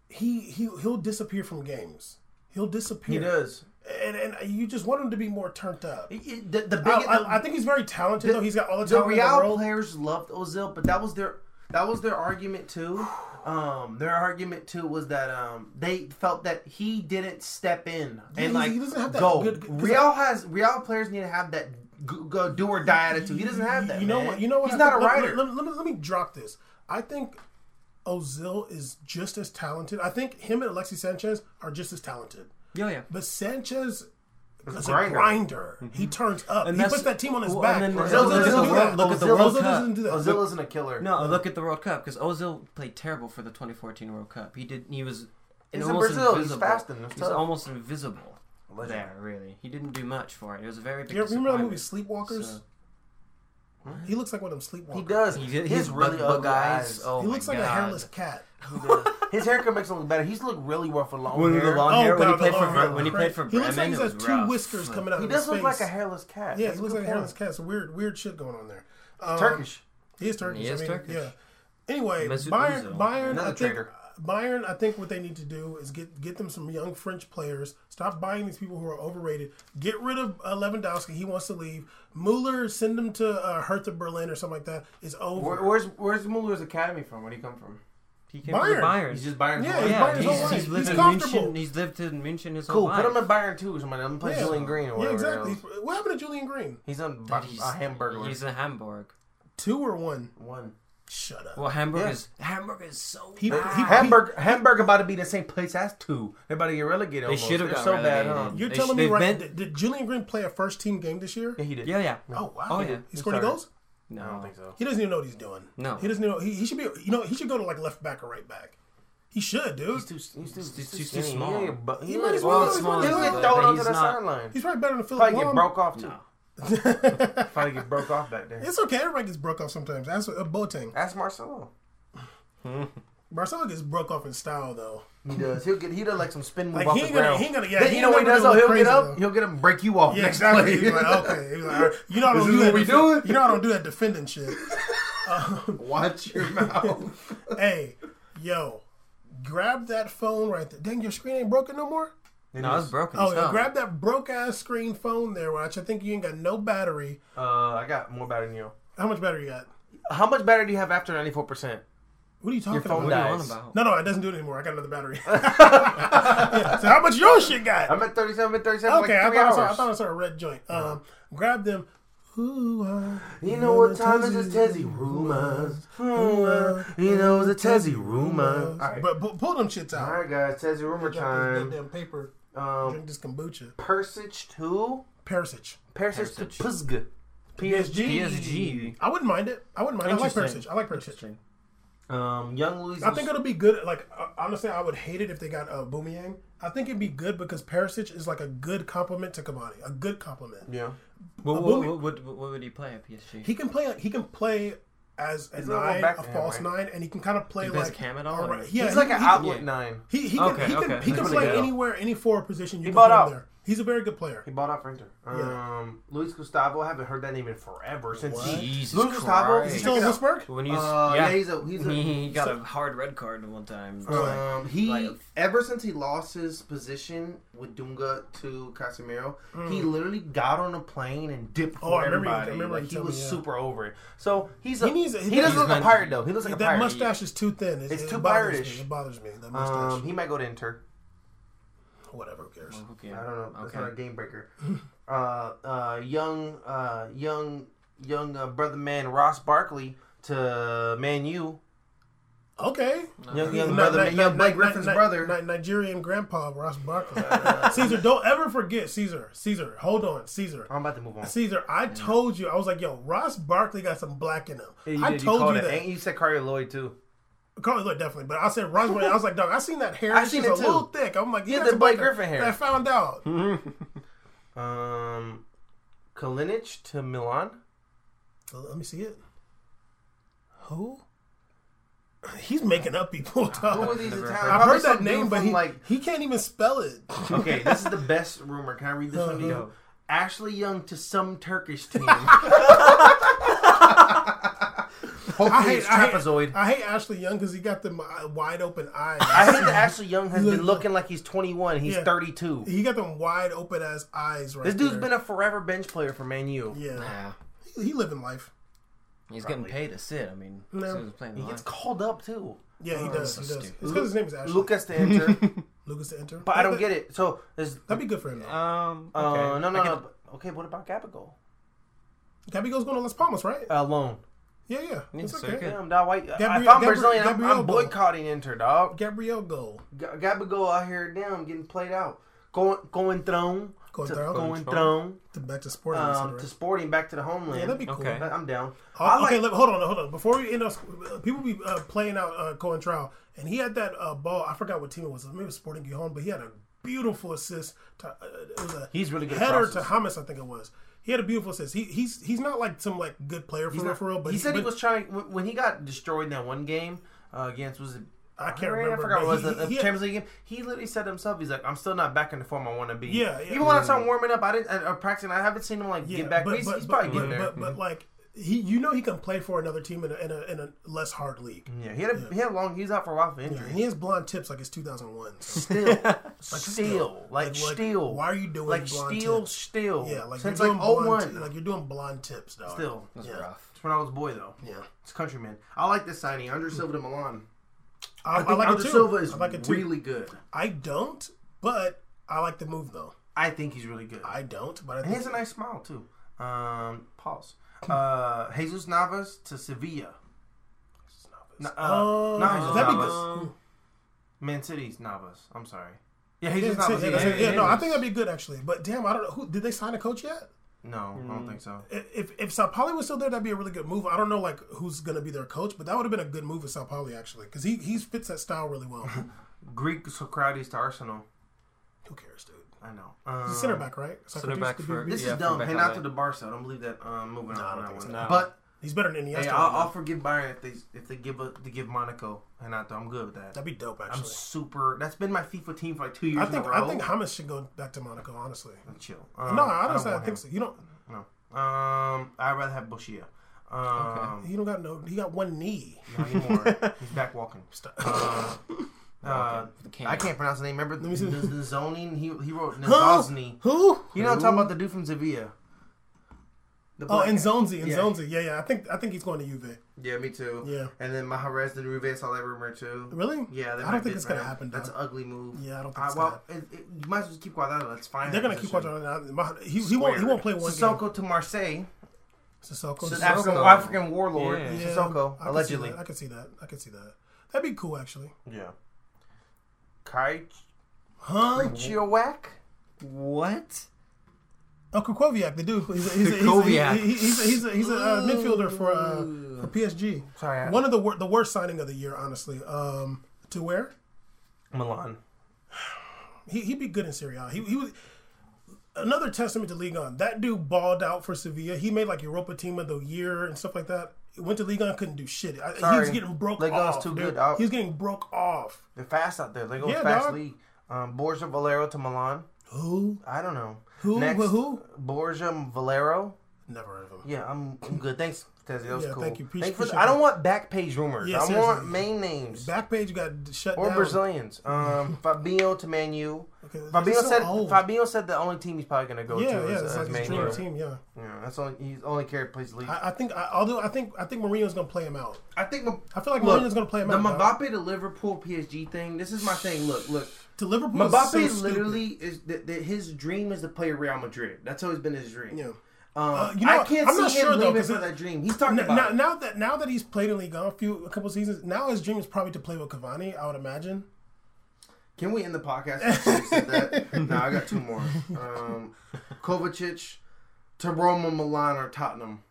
he he he'll disappear from games. He'll disappear. He does. and and you just want him to be more turned up. It- it- the, the big, I, I, I think he's very talented though. He's got all the the talent in the Real world. players loved Ozil, but that was their that was their argument too. Um, their argument too was that um, they felt that he didn't step in and he- like he doesn't have that go. good- 'cause Real has Real players need to have that g- go do or die attitude. He doesn't have that. You know man. what? You know what? He's I not a think- let- writer. Let, let, me, let me drop this. I think Ozil is just as talented. I think him and Alexis Sanchez are just as talented. Yeah, yeah. But Sanchez is a grinder. grinder. Mm-hmm. He turns up. he that's- puts that team on his well, back. and then Ozil Ozil doesn't doesn't do work. that. Look at the World Ozil doesn't Cup. do that. Ozil isn't a killer. No, look at the World Cup because Ozil played terrible for the 2014 World Cup. He did. He was. He's in almost Brazil. He's Invisible. fast and He's tough. almost invisible. Legend. There, really, he didn't do much for it. It was a very big. you remember that movie disappointment. Sleepwalkers? So- He looks like one of them sleepwalkers. He does. He He, did- has his really bug- bug ugly eyes. eyes. Oh He my looks like a God. hairless cat. His haircut makes him look better. He's looked really rough with long When hair. the long hair, when he Oh, God, played the for long Bre- hair. when he played for He looks like Bremen, he's it was got two rough. whiskers coming out he of his does face. look like a hairless cat. Yeah, he That's a looks good like a hairless point. cat. It's weird, weird shit going on there. Um, Turkish. He is Turkish. He is I mean, Turkish. Yeah. Anyway, Mesut Bayern, Ozil. Bayern, Another I think, traitor. Bayern, I think what they need to do is get get them some young French players. Stop buying these people who are overrated. Get rid of uh, Lewandowski. He wants to leave. Mueller, send him to uh, Hertha Berlin or something like that. It's over. Where, where's Where's Muller's academy from? Where would he come from? He came from the Bayern. Bayern. He's just Bayern. Yeah, Bayern. he's Bayern yeah, his he's, whole he's, life. lived He's in comfortable. München. He's lived in München his Cool. whole Put him life. in Bayern too. or Somebody. I'm gonna play Yeah. Julian Green or yeah, whatever. exactly. else. What happened to Julian Green? He's on bu- He's- a hamburger. He's in Hamburg. Two or one? one. Shut up. Well, Hamburg Yeah. is Hamburg is so He- bad. he- Hamburg. Hamburg about to be the same place as two. They're about to get relegated. They almost. should have They're got so relegated. bad. Huh? You're They telling sh- me they've right? been- Did, did Julian Green play a first team game this year? Yeah, he did. yeah, yeah. Oh wow. Oh, yeah. He scored any Sorry. goals? No, I don't think so. He doesn't even know what he's doing. No. he doesn't know. He, he should be. You know, he should go to like left back or right back. He should, dude. He's, He's too. He's too. He's too skinny. small. He ain't a bu- He might ain't as a well- bu- he's small as He'll get well, thrown but onto he's the not- sideline. probably better than Philip Probably get Lahm. broke off too. *laughs* Probably get broke off back then. It's okay. Everybody gets broke off sometimes. That's a Boateng. Ask Marcelo. Marcelo gets broke off in style though. He does. He'll get. He does like some spin move Like, off he the ain't gonna- ground. he ain't gonna- yeah, Then he ain't you know what he gonna does? do Though it he'll crazy, get up. though. He'll get him break you off. Yeah, *laughs* next exactly. play. He's like, oh. okay. He's like, all right. you know I don't This do is that. what we defend- doing? You know I don't do that defending shit. *laughs* *laughs* Watch your mouth. hey, yo, grab that phone right there. Dang, your screen ain't broken no more. No, it's broken. Oh as yeah, hell. grab that broke ass screen phone there, watch. I think you ain't got no battery. Uh, I got more battery than you. How much battery you got? How much battery do you have after ninety four percent? What are you talking Your about? phone What are you on Nice. about? No, no, it doesn't do it anymore. I got another *laughs* battery. *laughs* Yeah, So how much your shit got? I'm at thirty seven. I'm at thirty seven. okay, like I, three thought I, hours. Uh-huh. saw, I thought I saw a red joint. Um, grab them. Ooh, ah, You know what time is this Tezzy rumors? Rumor. You know it's a Tezzy rumor. All right. But pu- pull them shits out. All right, guys. Tezzy Got rumor this time. goddamn paper. Um, Drink this kombucha. Persich to Persich. Persich to Puzg. Persich. PSG. I wouldn't mind it. I wouldn't mind. I like Interesting. Persich. I like Persich. Interesting. Um, young Luis. I think it'll be good. Like uh, honestly, I would hate it if they got uh, Boomiang. I think it'd be good because Perisic is like a good compliment to Cavani, a good compliment. yeah. What, what what, we- what, what, what would he play at PSG? He can play. He can play as a He's a little nine, a backhand, false right? nine, and he can kind of play He plays like cam at all, all or- right. Yeah, He's like he, an he- outlet nine. He he can Okay, he can, okay. he can That's play pretty good. anywhere any forward position. You He can bought put him out. there. He's a very good player. He bought out for Inter. Um, Luis Gustavo. I haven't heard that name in forever since What? he. Jesus Luis Gustavo. Christ. Is he still in Wolfsburg? When you, Uh, yeah. yeah, he's a he's a he got a hard red card one time. so, like, Um, he like- ever since he lost his position with Dunga to Casemiro, he literally got on a plane and dipped Mm. Oh, for I remember you- I everybody. remember like, you he telling was me, yeah. super over it. So he's a, He he, needs a- he doesn't needs- look like a pirate though. He looks like a That pirate. mustache is too thin. It, It's it too bothers piratish. Me. It bothers me. That mustache. um, mhm. he might go to Inter. Whatever. Who cares? who I cares? don't know. That's not a Okay. game *laughs* breaker. uh, uh, young, uh, young, young uh, brother man Ross Barkley to Man U. Okay. Young, Ni- young ni- brother, ni- young ni- Blake ni- Griffin's ni- brother. ni- Nigerian grandpa Ross *laughs* Barkley. Caesar, don't ever forget Caesar. Caesar, hold on, Caesar. I'm about to move on. Caesar, I Mm. told you. I was like, yo, Ross Barkley got some black in him. you I did, you told called you it. that. And you said Carly Lloyd too. Carly Lloyd definitely, but I said Ross Barkley. I was like, dog, I seen that hair. I It's seen just it a too. little thick. I'm like, Yeah, got the some Blake black in- Griffin hair. And I found out. Um, Kalinic to Milan. So let me see it. Who? He's making up people. Who are Dog. these Never Italian? I've heard. Probably heard that some name, dude but from, he, like, he can't even spell *laughs* it. okay, *laughs* this is the best rumor. Can I read this one to Uh-huh. you? Ashley Young to some *laughs* Turkish team. I Hopefully, hate, it's I hate- trapezoid. I hate Ashley Young because he got the wide open eyes. I hate that Ashley Young has Look. been looking like he's 21. He's Yeah. 32. He got them wide open ass eyes right This dude's there. been a forever bench player for Man U. yeah, Yeah. he, he living life. He's getting paid to sit. I mean, No. as soon as he's playing the He line. gets called up too. Yeah, Oh, he does. so he does. stupid. It's because his name is Ashley. Lucas to *laughs* enter, Lucas to enter. but I don't get it. So there's. That'd be good for him. though. Um. Uh, okay. No, no, I no. can- but- Okay, what about Gabagool? Gabby goes going to Las Palmas, right? Uh, loan. Yeah, yeah. Yeah, It's so okay. good. Damn, dog. Why, Gabriel- if I'm Gabriel- Brazilian, I'm- Gabriel I'm Goal. boycotting Inter, dog. Gabriel go. G- Gabagool out here, damn, getting played out. Going, going thrown. Going to- thrown. Going Going thrown. To back to sporting. Um, right? to sporting back to the homeland. yeah, that'd be cool. Okay. I'm down. Oh, I like okay, let, hold on, hold on. Before we end up, people be uh, playing out uh, Cohen trial, and he had that uh, ball. I forgot what team it was. Maybe it was Sporting Gijon, but he had a beautiful assist. To, uh, it was a He's really good at header to crosses. Hamas, I think it was. He had a beautiful assist. He, he's he's not like some like good player for real, for real. But he said he but was trying when when he got destroyed in that one game uh, against was it. I can't Hungary? remember, I forgot but what it he- was the he- Champions League game. He literally said himself, "He's like, I'm still not back in the form I want to be." Yeah, yeah. Even when I saw him warming up, I didn't uh, practicing. I haven't seen him like get back. he's, he's probably but, getting there. But, but, like he, you know, he can play for another team in a, in a, in a less hard league. yeah, he had a, he had a long. He's out for a while for injury. And he has blonde tips like it's 2001. So. *laughs* Still, like still, like like, still. why are you doing like blonde still, tips? still? Yeah, like since you're like doing 01. blonde, like you're doing blonde tips, dog. still, That's Yeah. rough. it's when I was a boy though. Yeah. It's countryman. I like this signing, Andre Silva to Milan. I, I I think like Andre it too. Silva is I like it too. really good. I don't, but I like the move though. I think he's really good. I don't, but I And think he has a nice smile too. Um, pause. Hmm. Uh, Jesus Navas to Sevilla. N- uh, Oh, not Jesus that'd be Navas. good. Man City's Navas. I'm sorry. Yeah, Yeah, Jesus that's Navas. it, Yeah, yeah, that's yeah, it. Yeah, yeah, no, I yeah. think that'd be good actually. But damn, I don't know who did they sign a coach yet? No, I don't Hmm. think so. I- If if Sao Paulo was still there, that'd be a really good move. I don't know like who's gonna be their coach, but that would have been a good move with Sao Paulo actually because he he fits that style really *laughs* well. Greek Socrates to Arsenal. who cares, dude? I know. Um, He's a center back, right? Center back Socrates could for be- This yeah, is dumb. from Hey, back not to on the Barca. I don't believe that. Um, moving I on don't from that think one. so. No. But He's better than Iniesta. hey, I'll, I'll forgive Byron if they if they give a, they give Monaco Henato. I'm good with that. That'd be dope I'm actually. super. That's been my FIFA team for like two years I think in a row. I think Hamas should go back to Monaco. Honestly, chill. Um, no, honestly, don't I, want think him. so. You don't. No. Um, I'd rather have Bushia. Um, *laughs* He don't got no. He got one knee. not anymore. He's back walking. Stop. *laughs* Uh, uh, the camera. I can't pronounce the name. Remember the, the, the zoning? He he wrote Who? Nizozny. Who? You know, I'm talking about the dude from Sevilla. The Oh, black and guy. Zonzi, and Yeah. Zonzi. Yeah, yeah. I think I think he's going to Juve. Yeah, me too. Yeah. And then Mahrez the Ruve, I saw that rumor too. Really? Yeah, that I don't might think be it's gonna bad. happen. That's That's an ugly move. Yeah, I don't think Uh, it's gonna well, it, it, you might as well keep Guardado. That's fine. They're gonna keep watching. Ronaldo. He, he won't. He won't play one game. Sissoko to Marseille, Sissoko. Sissoko. Sissoko. African, African warlord Yeah. Sissoko, I could see allegedly. that. I could see that. I could see that. That'd be cool, actually. Yeah. Kai Huh? Chiowak? What? Oh, Kukoviak, the dude. He's a, he's a, he's a, Kukoviak. he- he- he's a, he's a, he's a uh, midfielder for uh, for PSG. Sorry, I- One of the wor- the worst signing of the year, honestly. Um, to where Milan. he he'd be good in Serie A. He he was another testament to Ligue 1. That dude balled out for Sevilla. He made like Europa Team of the Year and stuff like that. Went to Ligue 1, couldn't do shit. I, he was Sorry. getting broke Ligue 1's off. too dude. good, dog. He was getting broke off. They're fast out there. They go Yeah, fast dog. league. Um, Borgia Valero to Milan. Who? I don't know. Who? Who? Borgia Valero. Never heard of him. Yeah, I'm, I'm good. Thanks, Tezzy. That was Yeah, cool. thank you. Appreciate- Thanks for- appreciate I don't want back page rumors. Yeah, I seriously. want main names. Backpage got shut or down. Brazilians. Um, *laughs* Fabinho to Manu. Okay, he's Fabinho so said old. Fabinho said the only team he's probably gonna go Yeah, to yeah, is, it's uh, like is his Man dream U. team. Yeah, Yeah, that's only he's only carry plays league. I, I, I think. I, although I think, I think Mourinho's gonna play him out. think I feel like Look, Mourinho's gonna play him the out. dog. Mbappe to Liverpool PSG thing. This is my thing. Look, look. to Liverpool, is so Mbappe stupid. literally is that that his dream is to play Real Madrid. That's always been his dream. Yeah. Uh, Um, you know I what? can't I'm see not him sure, though, leaving 'cause for it- that dream. He's talking Now, about now, it. now that now that he's played in Ligue 1 a few a couple seasons, now his dream is probably to play with Cavani. I would imagine. Can we end the podcast? after you said *laughs* that? no, I got two more. Um, Kovacic to Roma, Milan, or Tottenham.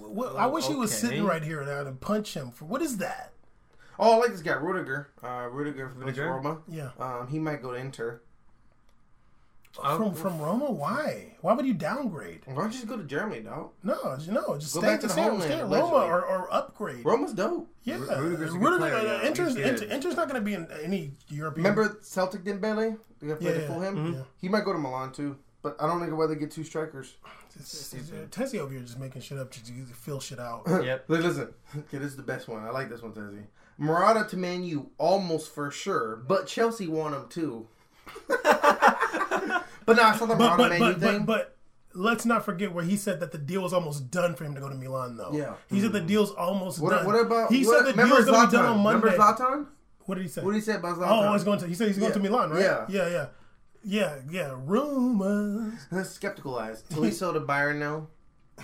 Well, I wish he was okay. sitting right here and I'd punch him for what is that? Oh, I like this guy, Rudiger. Uh, Rudiger from Rudiger? Roma. Yeah, Um, he might go to Inter. Oh. from from Roma. Why? Why would you downgrade? Why don't you just go to Germany, dog? No, no, just stay, Go back to the stay, homeland, stay at Roma allegedly. or, or upgrade. Roma's dope. yeah, Rudiger's a good Rudiger- player, uh, yeah. Inter's, He's good. Inter, Inter's not going to be in any European. Remember Celtic Dembele? They got Yeah, played mm-hmm. yeah, for him. yeah. He might go to Milan too, but I don't think why they get two strikers. Tessie over here just making shit up to do- fill shit *clears throat* out. Yep. Look, listen. *laughs* Okay, this is the best one. I like this one, Tezzy. Murata to Man U, almost for sure, but Chelsea want him too. *laughs* but no, I saw the But Murata but Man U but, thing. but but let's not forget where he said that the deal was almost done for him to go to Milan though. Yeah. he said the deal's almost what, done. what about he what, said the remember deal's gonna be done Zlatan? on Monday. Remember Zlatan? What did he say? What did he say about Zlatan? oh, he's going to. He said he's going Yeah. to Milan, right? Yeah. yeah, yeah, yeah, yeah. Rumors. *laughs* skeptical eyes. *laughs* Tolisso to Bayern now.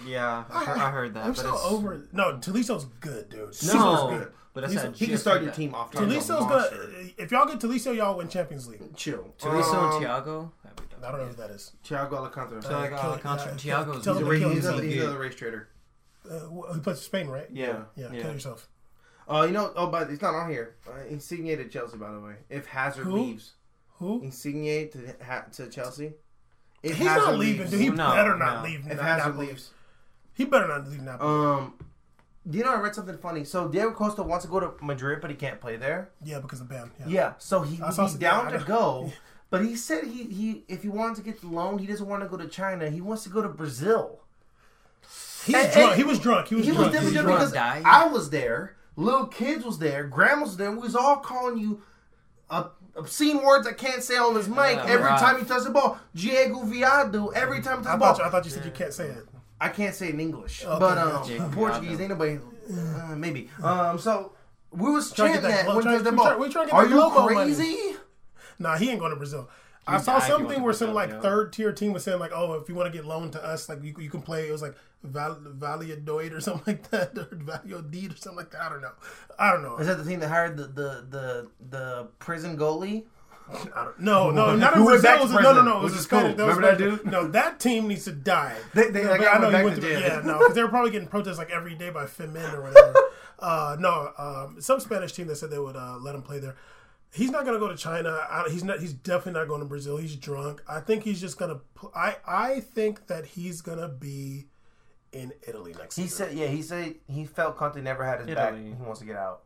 Yeah, I, heard- I heard that. I'm but so it's- over. it. No, Taliso's good, dude. No, but I He's- said He can just start like your that. team off. Taliso's gonna. If y'all get Taliso, y'all win Champions League. chill. Tolisso Um, and Thiago. That'd be dope. I don't know who that is. Thiago Alcantara. So I got Kill- a contract. yeah, Thiago's tell good. him to kill he's, himself. another, he's Yeah. another race trader. Uh, he plays for Spain, right? Yeah. Yeah, Yeah. kill yourself. Oh, you know. Oh, but it's not on here. Uh, Insigne to Chelsea, by the way. If Hazard Who? leaves, Who? Insigne to ha- to Chelsea. If He's not leaving, leaves- dude. He No, better not no. leave. If Not, Hazard not leave. Oh. leaves, He better not leave Napoli. um, do you know I read something funny? So Diego Costa wants to go to Madrid, but he can't play there. yeah, because of Bam. Yeah. Yeah, so he, saw he's some- *laughs* yeah, down I to know. go, but he said he, he if he wanted to get the loan, he doesn't want to go to China. He wants to go to Brazil. He's And- drunk. and- he was drunk. He was He was drunk. there He was because drunk. dying. I was there. Little kids was there. Grandma's there. We was all calling you ob- obscene words I can't say on this mic Yeah, every right. time you touch the ball. Diego Viado. Every time you touch I the ball. thought, you, I thought you said you can't say it. I can't say it in English, but um, Diego in Portuguese Viado. ain't nobody. Uh, maybe. Um, so we was Trying to get chanting that that. glo- when trying- touch the we ball. try- we trying to get Are that you local money. crazy? Nah, he ain't going to Brazil. I saw died if he went something to where some Brazil, like yeah. third tier team was saying like, oh, if you want to get loaned to us, like you, you can play. It was like Val- Valladolid or something like that, *laughs* or Valladolid or something like that. I don't know. I don't know. Is that the team that hired the the the, the prison goalie? I don't, no, no, not in Who went Brazil. back It was, to no, no, prison, no. It was which a is cool. Spanish. was Remember that Spanish- dude? No, that team needs to die. They- they- no, that but guy I know went he back to through- jail. Yeah, no, because they were probably getting protests like every day by Femin or *laughs* whatever. uh, no, um, some Spanish team that said they would uh, let him play there. He's not going to go to China. I, he's not. He's definitely not going to Brazil. He's drunk. I think he's just going to. I I think that he's going to be in Italy next He season. said, yeah, he said he felt Conte never had his back. Italy. He wants to get out.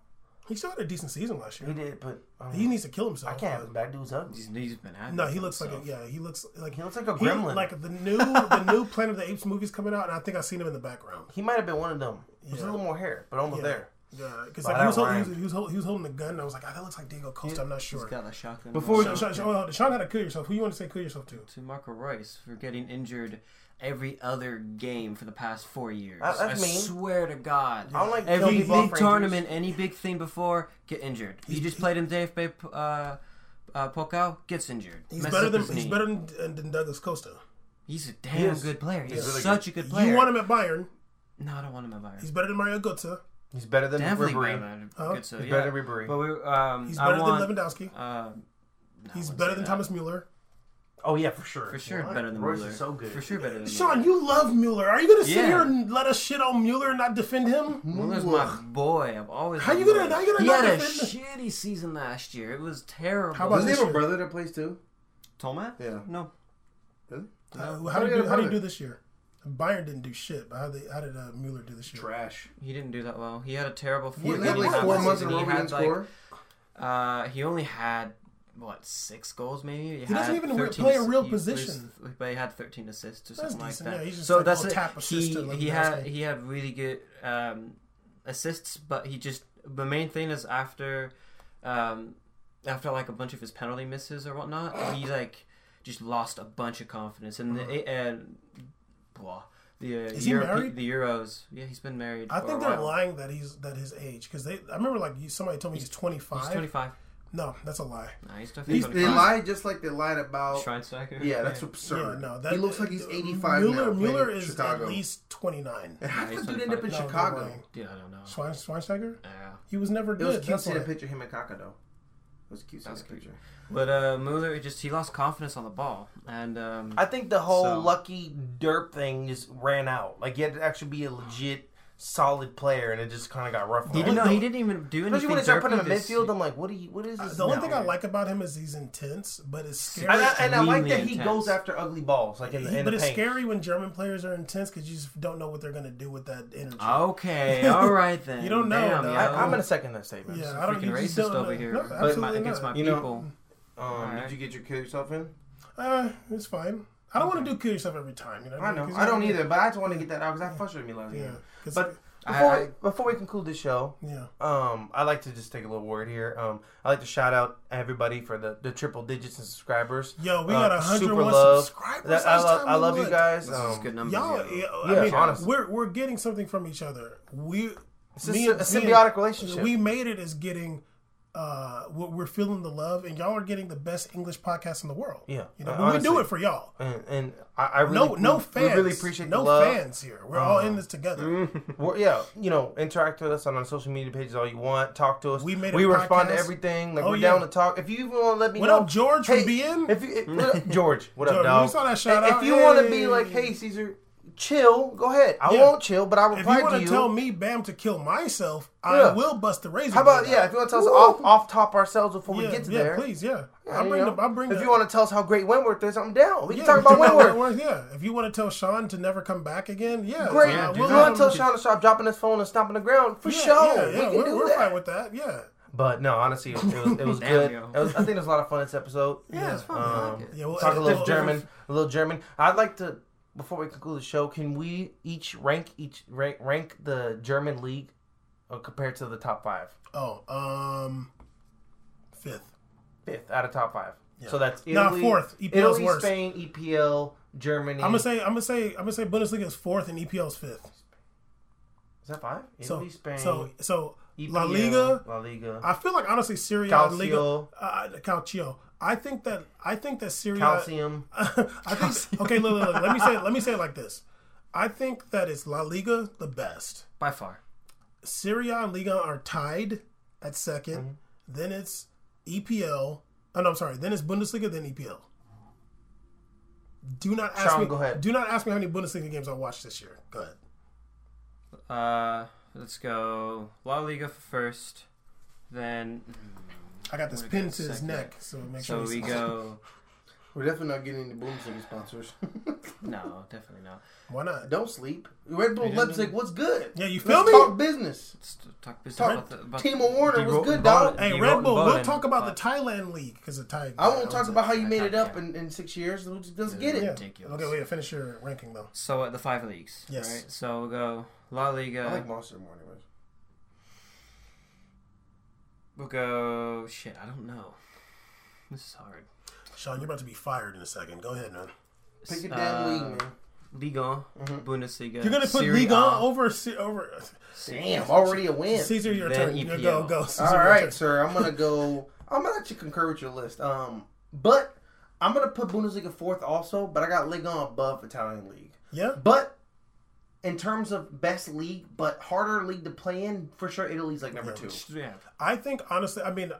He still had a decent season last He year. did, but um, He needs to kill himself. Uh, I can't have his back. Dude's ugly. He's, he's been happy. No, he looks like so. a, yeah. He looks like He looks like a He- gremlin. like the new the new Planet of the Apes movie's coming out, and I think I seen him in the background. He might have been one of them. There's a little more hair, but almost Yeah. there. Yeah, because But like, he, was that holding- he, was, rhymed. he, was, hol- he was holding the gun, and I was like, ah, that looks like Diego Costa. I'm not He's sure. got that shotgun. Before- Sean, to, Sean, Sean, oh, Sean had to kill yourself. Who you want to say kill yourself to? to Marco Royce for getting injured every other game for the past four years. That- that's I mean. swear to God. I don't like to kill Every people off big for tournament, any big thing before, get injured. You He's- just played him DFB uh, uh, Pokal, gets injured. He's Messes better up than his he's knee. better than, than Douglas Costa. He's a He damn is. good player. He's, He's really such a good player. You want him at Bayern. No, I don't want him at Bayern. He's better than Mario Götze. He's better than definitely Ribery. better than Huh? Götze, He's yeah. better than Ribery. But we um, Oh, He's I better want, than Lewandowski. Uh, no, I He's wouldn't better say than that. Thomas Mueller. Oh yeah, for sure. For sure, Well, better than Royce Mueller. is so good. For sure, better than Sean, Mueller. you love Mueller. Are you gonna sit Yeah. here and let us shit on Mueller and not defend him? uh, Mueller's my boy. I've always. How you loved gonna- Mueller. how you gonna He not had a defend shitty season last year. It was terrible. How about Doesn't he this have a year? brother that plays too? Tolman? Yeah. No. Uh, How how, do do you do, you get how do you another? do this year? Bayern didn't do shit. But how, they, how did uh, Mueller do this year? Trash. He didn't do that well. He had a terrible He four. Yeah, had he only had like half four the months in season. a row He he had, didn't like, score. Uh, he only had what six goals maybe. He, doesn't had even re- 13 play a real he position. was- but he had 13 assists or That's something like decent, that. yeah, he's just so like that's all it. tap assist he and like he that's had it. he had really good um, assists, but he just the main thing is after um, after like a bunch of his penalty misses or whatnot, he like just lost a bunch of confidence and the and blah. The, uh, Uh-huh. Is he Europe- married? the Euros. Yeah, he's been married. I for think a they're while. lying that he's that his age because they. I remember like you, somebody told me he's 25. He's 25. No, that's a lie. No, he's definitely He's, 25. they lied just like they lied about. Schweinsteiger. Yeah, that's Yeah, absurd. no, that uh, he looks like he's 85 Mueller, now. Mueller playing is Chicago. at *laughs* least 29. And How Yeah, did he's the dude end up in 25. No, Chicago? they're lying. Dude, I don't know. Schwein, Schweinsteiger? Yeah. He was never It was good. cute That's seeing a why. picture of him at Kaka though. It was cute seeing That's a cute. picture. But uh, Mueller just he lost confidence on the ball, and um, I think the whole So- lucky derp thing just ran out. Like you had to actually be a legit solid player, and it just kind of got rough. he on didn't. him. No, he didn't even do anything. Especially when they start putting him derpy in this- midfield, I'm like, what do you? What is this? Uh, The only now? thing I like about him is he's intense, but it's scary. And I, and I like Extremely that he intense. goes after ugly balls, like in the, He- in but the it's paint. scary when German players are intense because you just don't know what they're going to do with that energy. Ah. Okay, all right then. You don't know, Damn, dog. yo. I, I'm gonna second that statement. Um, yeah, I don't. freaking You just racist don't know. over here. No, but absolutely my, against not. my You know- people. Um, Alright. Did you get your kill yourself in? Uh, it's fine. I don't want to do kill yourself every time. You know. what I mean? know. 'Cause I you- don't either, but I just want to get that out because that frustrated me last Yeah. year. 'cause- But before, I- we, before we conclude this show, yeah. um, I like to just take a little word here. Um, I like to shout out everybody for the, the triple digits and subscribers. Yo, we Uh, got 101 subscribers. That- I last love, time I we love you looked. guys. This is Um, good numbers. Y'all, yo. yeah, I Yeah, mean, honestly. we're we're getting something from each other. We, It's a sy- a symbiotic relationship. We made it as getting, uh, we're we're feeling the love, and y'all are getting the best English podcast in the world. Yeah, you know, uh, but we do honestly. it for y'all. and, and I, I really, No, no we fans. really appreciate no the love. Mm. fans here. We're all in this together. Well, yeah, you know, interact with us on our social media pages all you want. Talk to us. We made a we respond to podcast. everything. Like Oh, we're yeah. down to talk. If you even want to let me What know, up, George from hey, BN? If you, *laughs* what up, George, what George, up, dog? we saw that shout Hey, out. If you want to Hey. be like, hey, Caesar, chill. Go ahead. I Yeah. won't chill, but I if reply you want to to you. tell me, Bam, to kill myself, Yeah. I will bust the razor. How about blade yeah? out. If you want to tell us off off top ourselves before yeah, we get to yeah, there, please, yeah. yeah, I'll you bring know. the. I'll bring If the- you want to tell us how great Wentworth is, I'm down. We Yeah, can *laughs* talk about Wentworth. Yeah, if you want to tell Sean to never come back again, yeah, Great. uh, If we'll you let want him- to tell Sean to stop dropping his phone and stomping the ground? For yeah, sure, yeah, we yeah, can we're, do we're that. fine with that. Yeah, But no, honestly, it was, it *laughs* was Damn, good. yo. It was, I think it was a lot of fun this episode. Yeah, it's fun. I like Um, it. yeah. We'll Talk a edit little that. German, a little German. I'd like to, before we conclude the show, can we each rank each rank, rank the German league uh, compared to the top five? Oh, um, fifth. Fifth out of top five. So that's Nah, Italy, fourth. E EPL is Italy, worse. Spain, EPL, Germany. I'm gonna say, I'm gonna say, I'm gonna say Bundesliga is fourth and EPL is fifth. is that five? So, Italy, Spain, so, so EPL, La Liga. La Liga. I feel like honestly, Syria and Liga, E Calcio. uh, Calcio. I think that I think that Syria. Calcium. *laughs* I think. Okay, look, look, look, let me say. Let me say it like this. I think that it's La Liga the best. by far. Syria and Liga are tied at 2nd Mm-hmm. Then it's EPL. Oh, no, I'm sorry. Then it's Bundesliga. Then EPL. Do not ask Sean, me. go ahead. Do not ask me how many Bundesliga games I watched this year. Go ahead. Uh, let's go La Liga first, then I got this We're pin good to his second. neck, so make so sure. we he's- go. We're definitely not getting any Bundesliga sponsors. No, definitely not. Why not? Don't sleep. Red Bull Leipzig was good. Yeah, you Let's feel me? Talk business. Let's talk business Talk- about the about Timo Werner the was Roten good, Boden- dog. Uh, Hey, the Red Roten Bull. Boden, We'll talk about but the Thailand league because the Thai. I won't talk about how you I made it can't- up in, in six years. Let's, let's get Yeah. it. ridiculous. Okay, wait. Finish your ranking though. So at the five leagues, Yes. right? So we'll go La Liga, I like Monster more anyways. We'll go. Shit, I don't know. This is hard. Sean, you're about to be fired in a second. Go ahead, man. Pick a damn league, Uh, man. Liga, Mm-hmm. Bundesliga. You're gonna put Serie Liga A. over Se- over Damn, already a win. Caesar. Your Then turn. You EPL. go go. Caesar, E All your right, turn. sir. I'm gonna go. I'm gonna let you concur with your list. Um, but I'm gonna put Bundesliga fourth also. But I got Ligue 1 above Italian league. Yeah. But in terms of best league, but harder league to play in, for sure Italy's like number two. Yeah. I think honestly, I mean,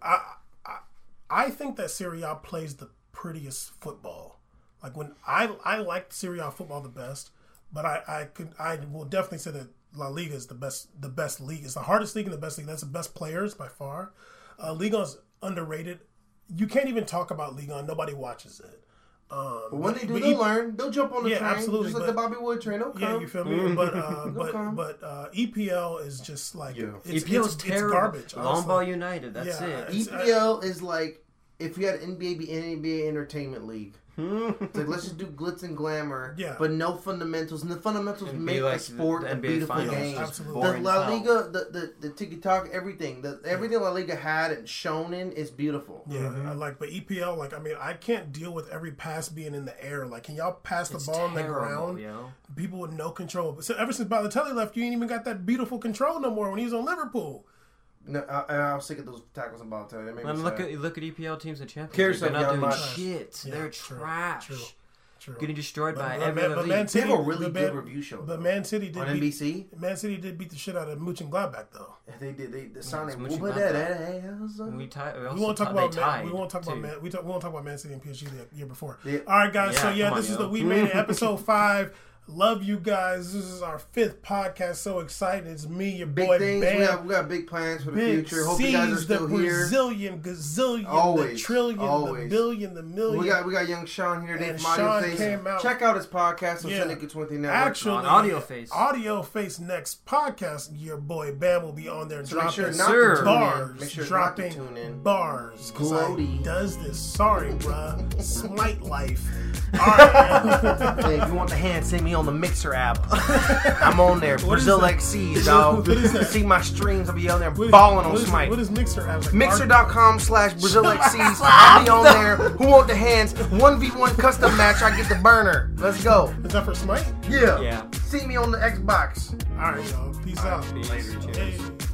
I I, I think that Serie A plays the prettiest football. Like when I I liked Serie A football the best, but I I could I will definitely say that La Liga is the best the best league. It's the hardest league and the best league. That's the best players by far. Uh, Liga is underrated. You can't even talk about Liga. Nobody watches it. But when they do, But they'll E- learn. They'll jump on the Yeah, train, absolutely, just like but- E the Bobby Wood train. They'll Yeah, come. you feel me? But *laughs* uh, but Okay. but uh, EPL is just like Yeah. it's, EPL it's, E is it's terrible. garbage. Long honestly. ball United. That's Yeah, it. it's- uh, EPL E is like if you had NBA be an NBA entertainment league. it's like let's just do glitz and glamour, Yeah. but no fundamentals. And the fundamentals It'd be make like the sport the a NBA beautiful finals, game. just The boring La as hell. Liga, the the, the tiki talk, everything, the, everything La Liga had and shown in is beautiful. Yeah, I like but EPL, like I mean, I can't deal with every pass being in the air. Like, can y'all pass the It's ball on the terrible, ground? yo. People with no control. So ever since Balotelli left, you ain't even got that beautiful control no more. When he was on Liverpool, No, I, I was sick of those tackles and ball time. And look at look at EPL teams in Champions Cares League. They're about young not doing minds. shit. Yeah, They're true, trash. true, true. Getting destroyed by but every Man- other but league. Man they have a City- really but good Man- review show But though. Man City did on beat NBC. Man City did beat the shit out of Mooch and Gladbach though. They did. They the Sonic. what Whoop you it, got that, there. that, that, that. we, tie, we, Uh-huh. We also won't talk ti- about they Man, tied. we won't talk about too. Man. We, talk, we won't talk about Man City and PSG the year before. Yeah. All right, guys. so Yeah, yeah, come on, this is yo. the We Made It episode *laughs* five. Love you guys. This is our fifth podcast. So excited! It's me, your Big boy things. Oh, Bam. We got, we got big plans for the Big future. Hope you guys are C's, the still here. Brazilian, gazillion, the Always, trillion, the always. billion, the million. We got we got young Sean here today. And from Audio Sean Face. came out- Check out his podcast on Yeah. Syndicate Twenty Network. Actually, On Audio Face. Audio Face next podcast. Your boy Bam will be on there So dropping make sure not Sir. to tune in. bars, Make sure dropping not to tune in. bars. 'cause I Gloaty. does this. Sorry, bruh. Smite *laughs* life. All right. man. *laughs* Hey, if you want the hand, send me on the *laughs* Mixer app. I'm on there. Brazil that? XCs, dog. *laughs* What is that? See my streams. I'll be on there What is- balling on what is- Smite. What is Mixer? I was like, Bar- Mixer.com slash Brazil XCs. I'll be on there. Who want the hands? 1v1 custom match. I get the burner. Let's go. Is that for Smite? Yeah. Yeah. See me on the Xbox. All right, y'all. Peace out. Peace. Hey.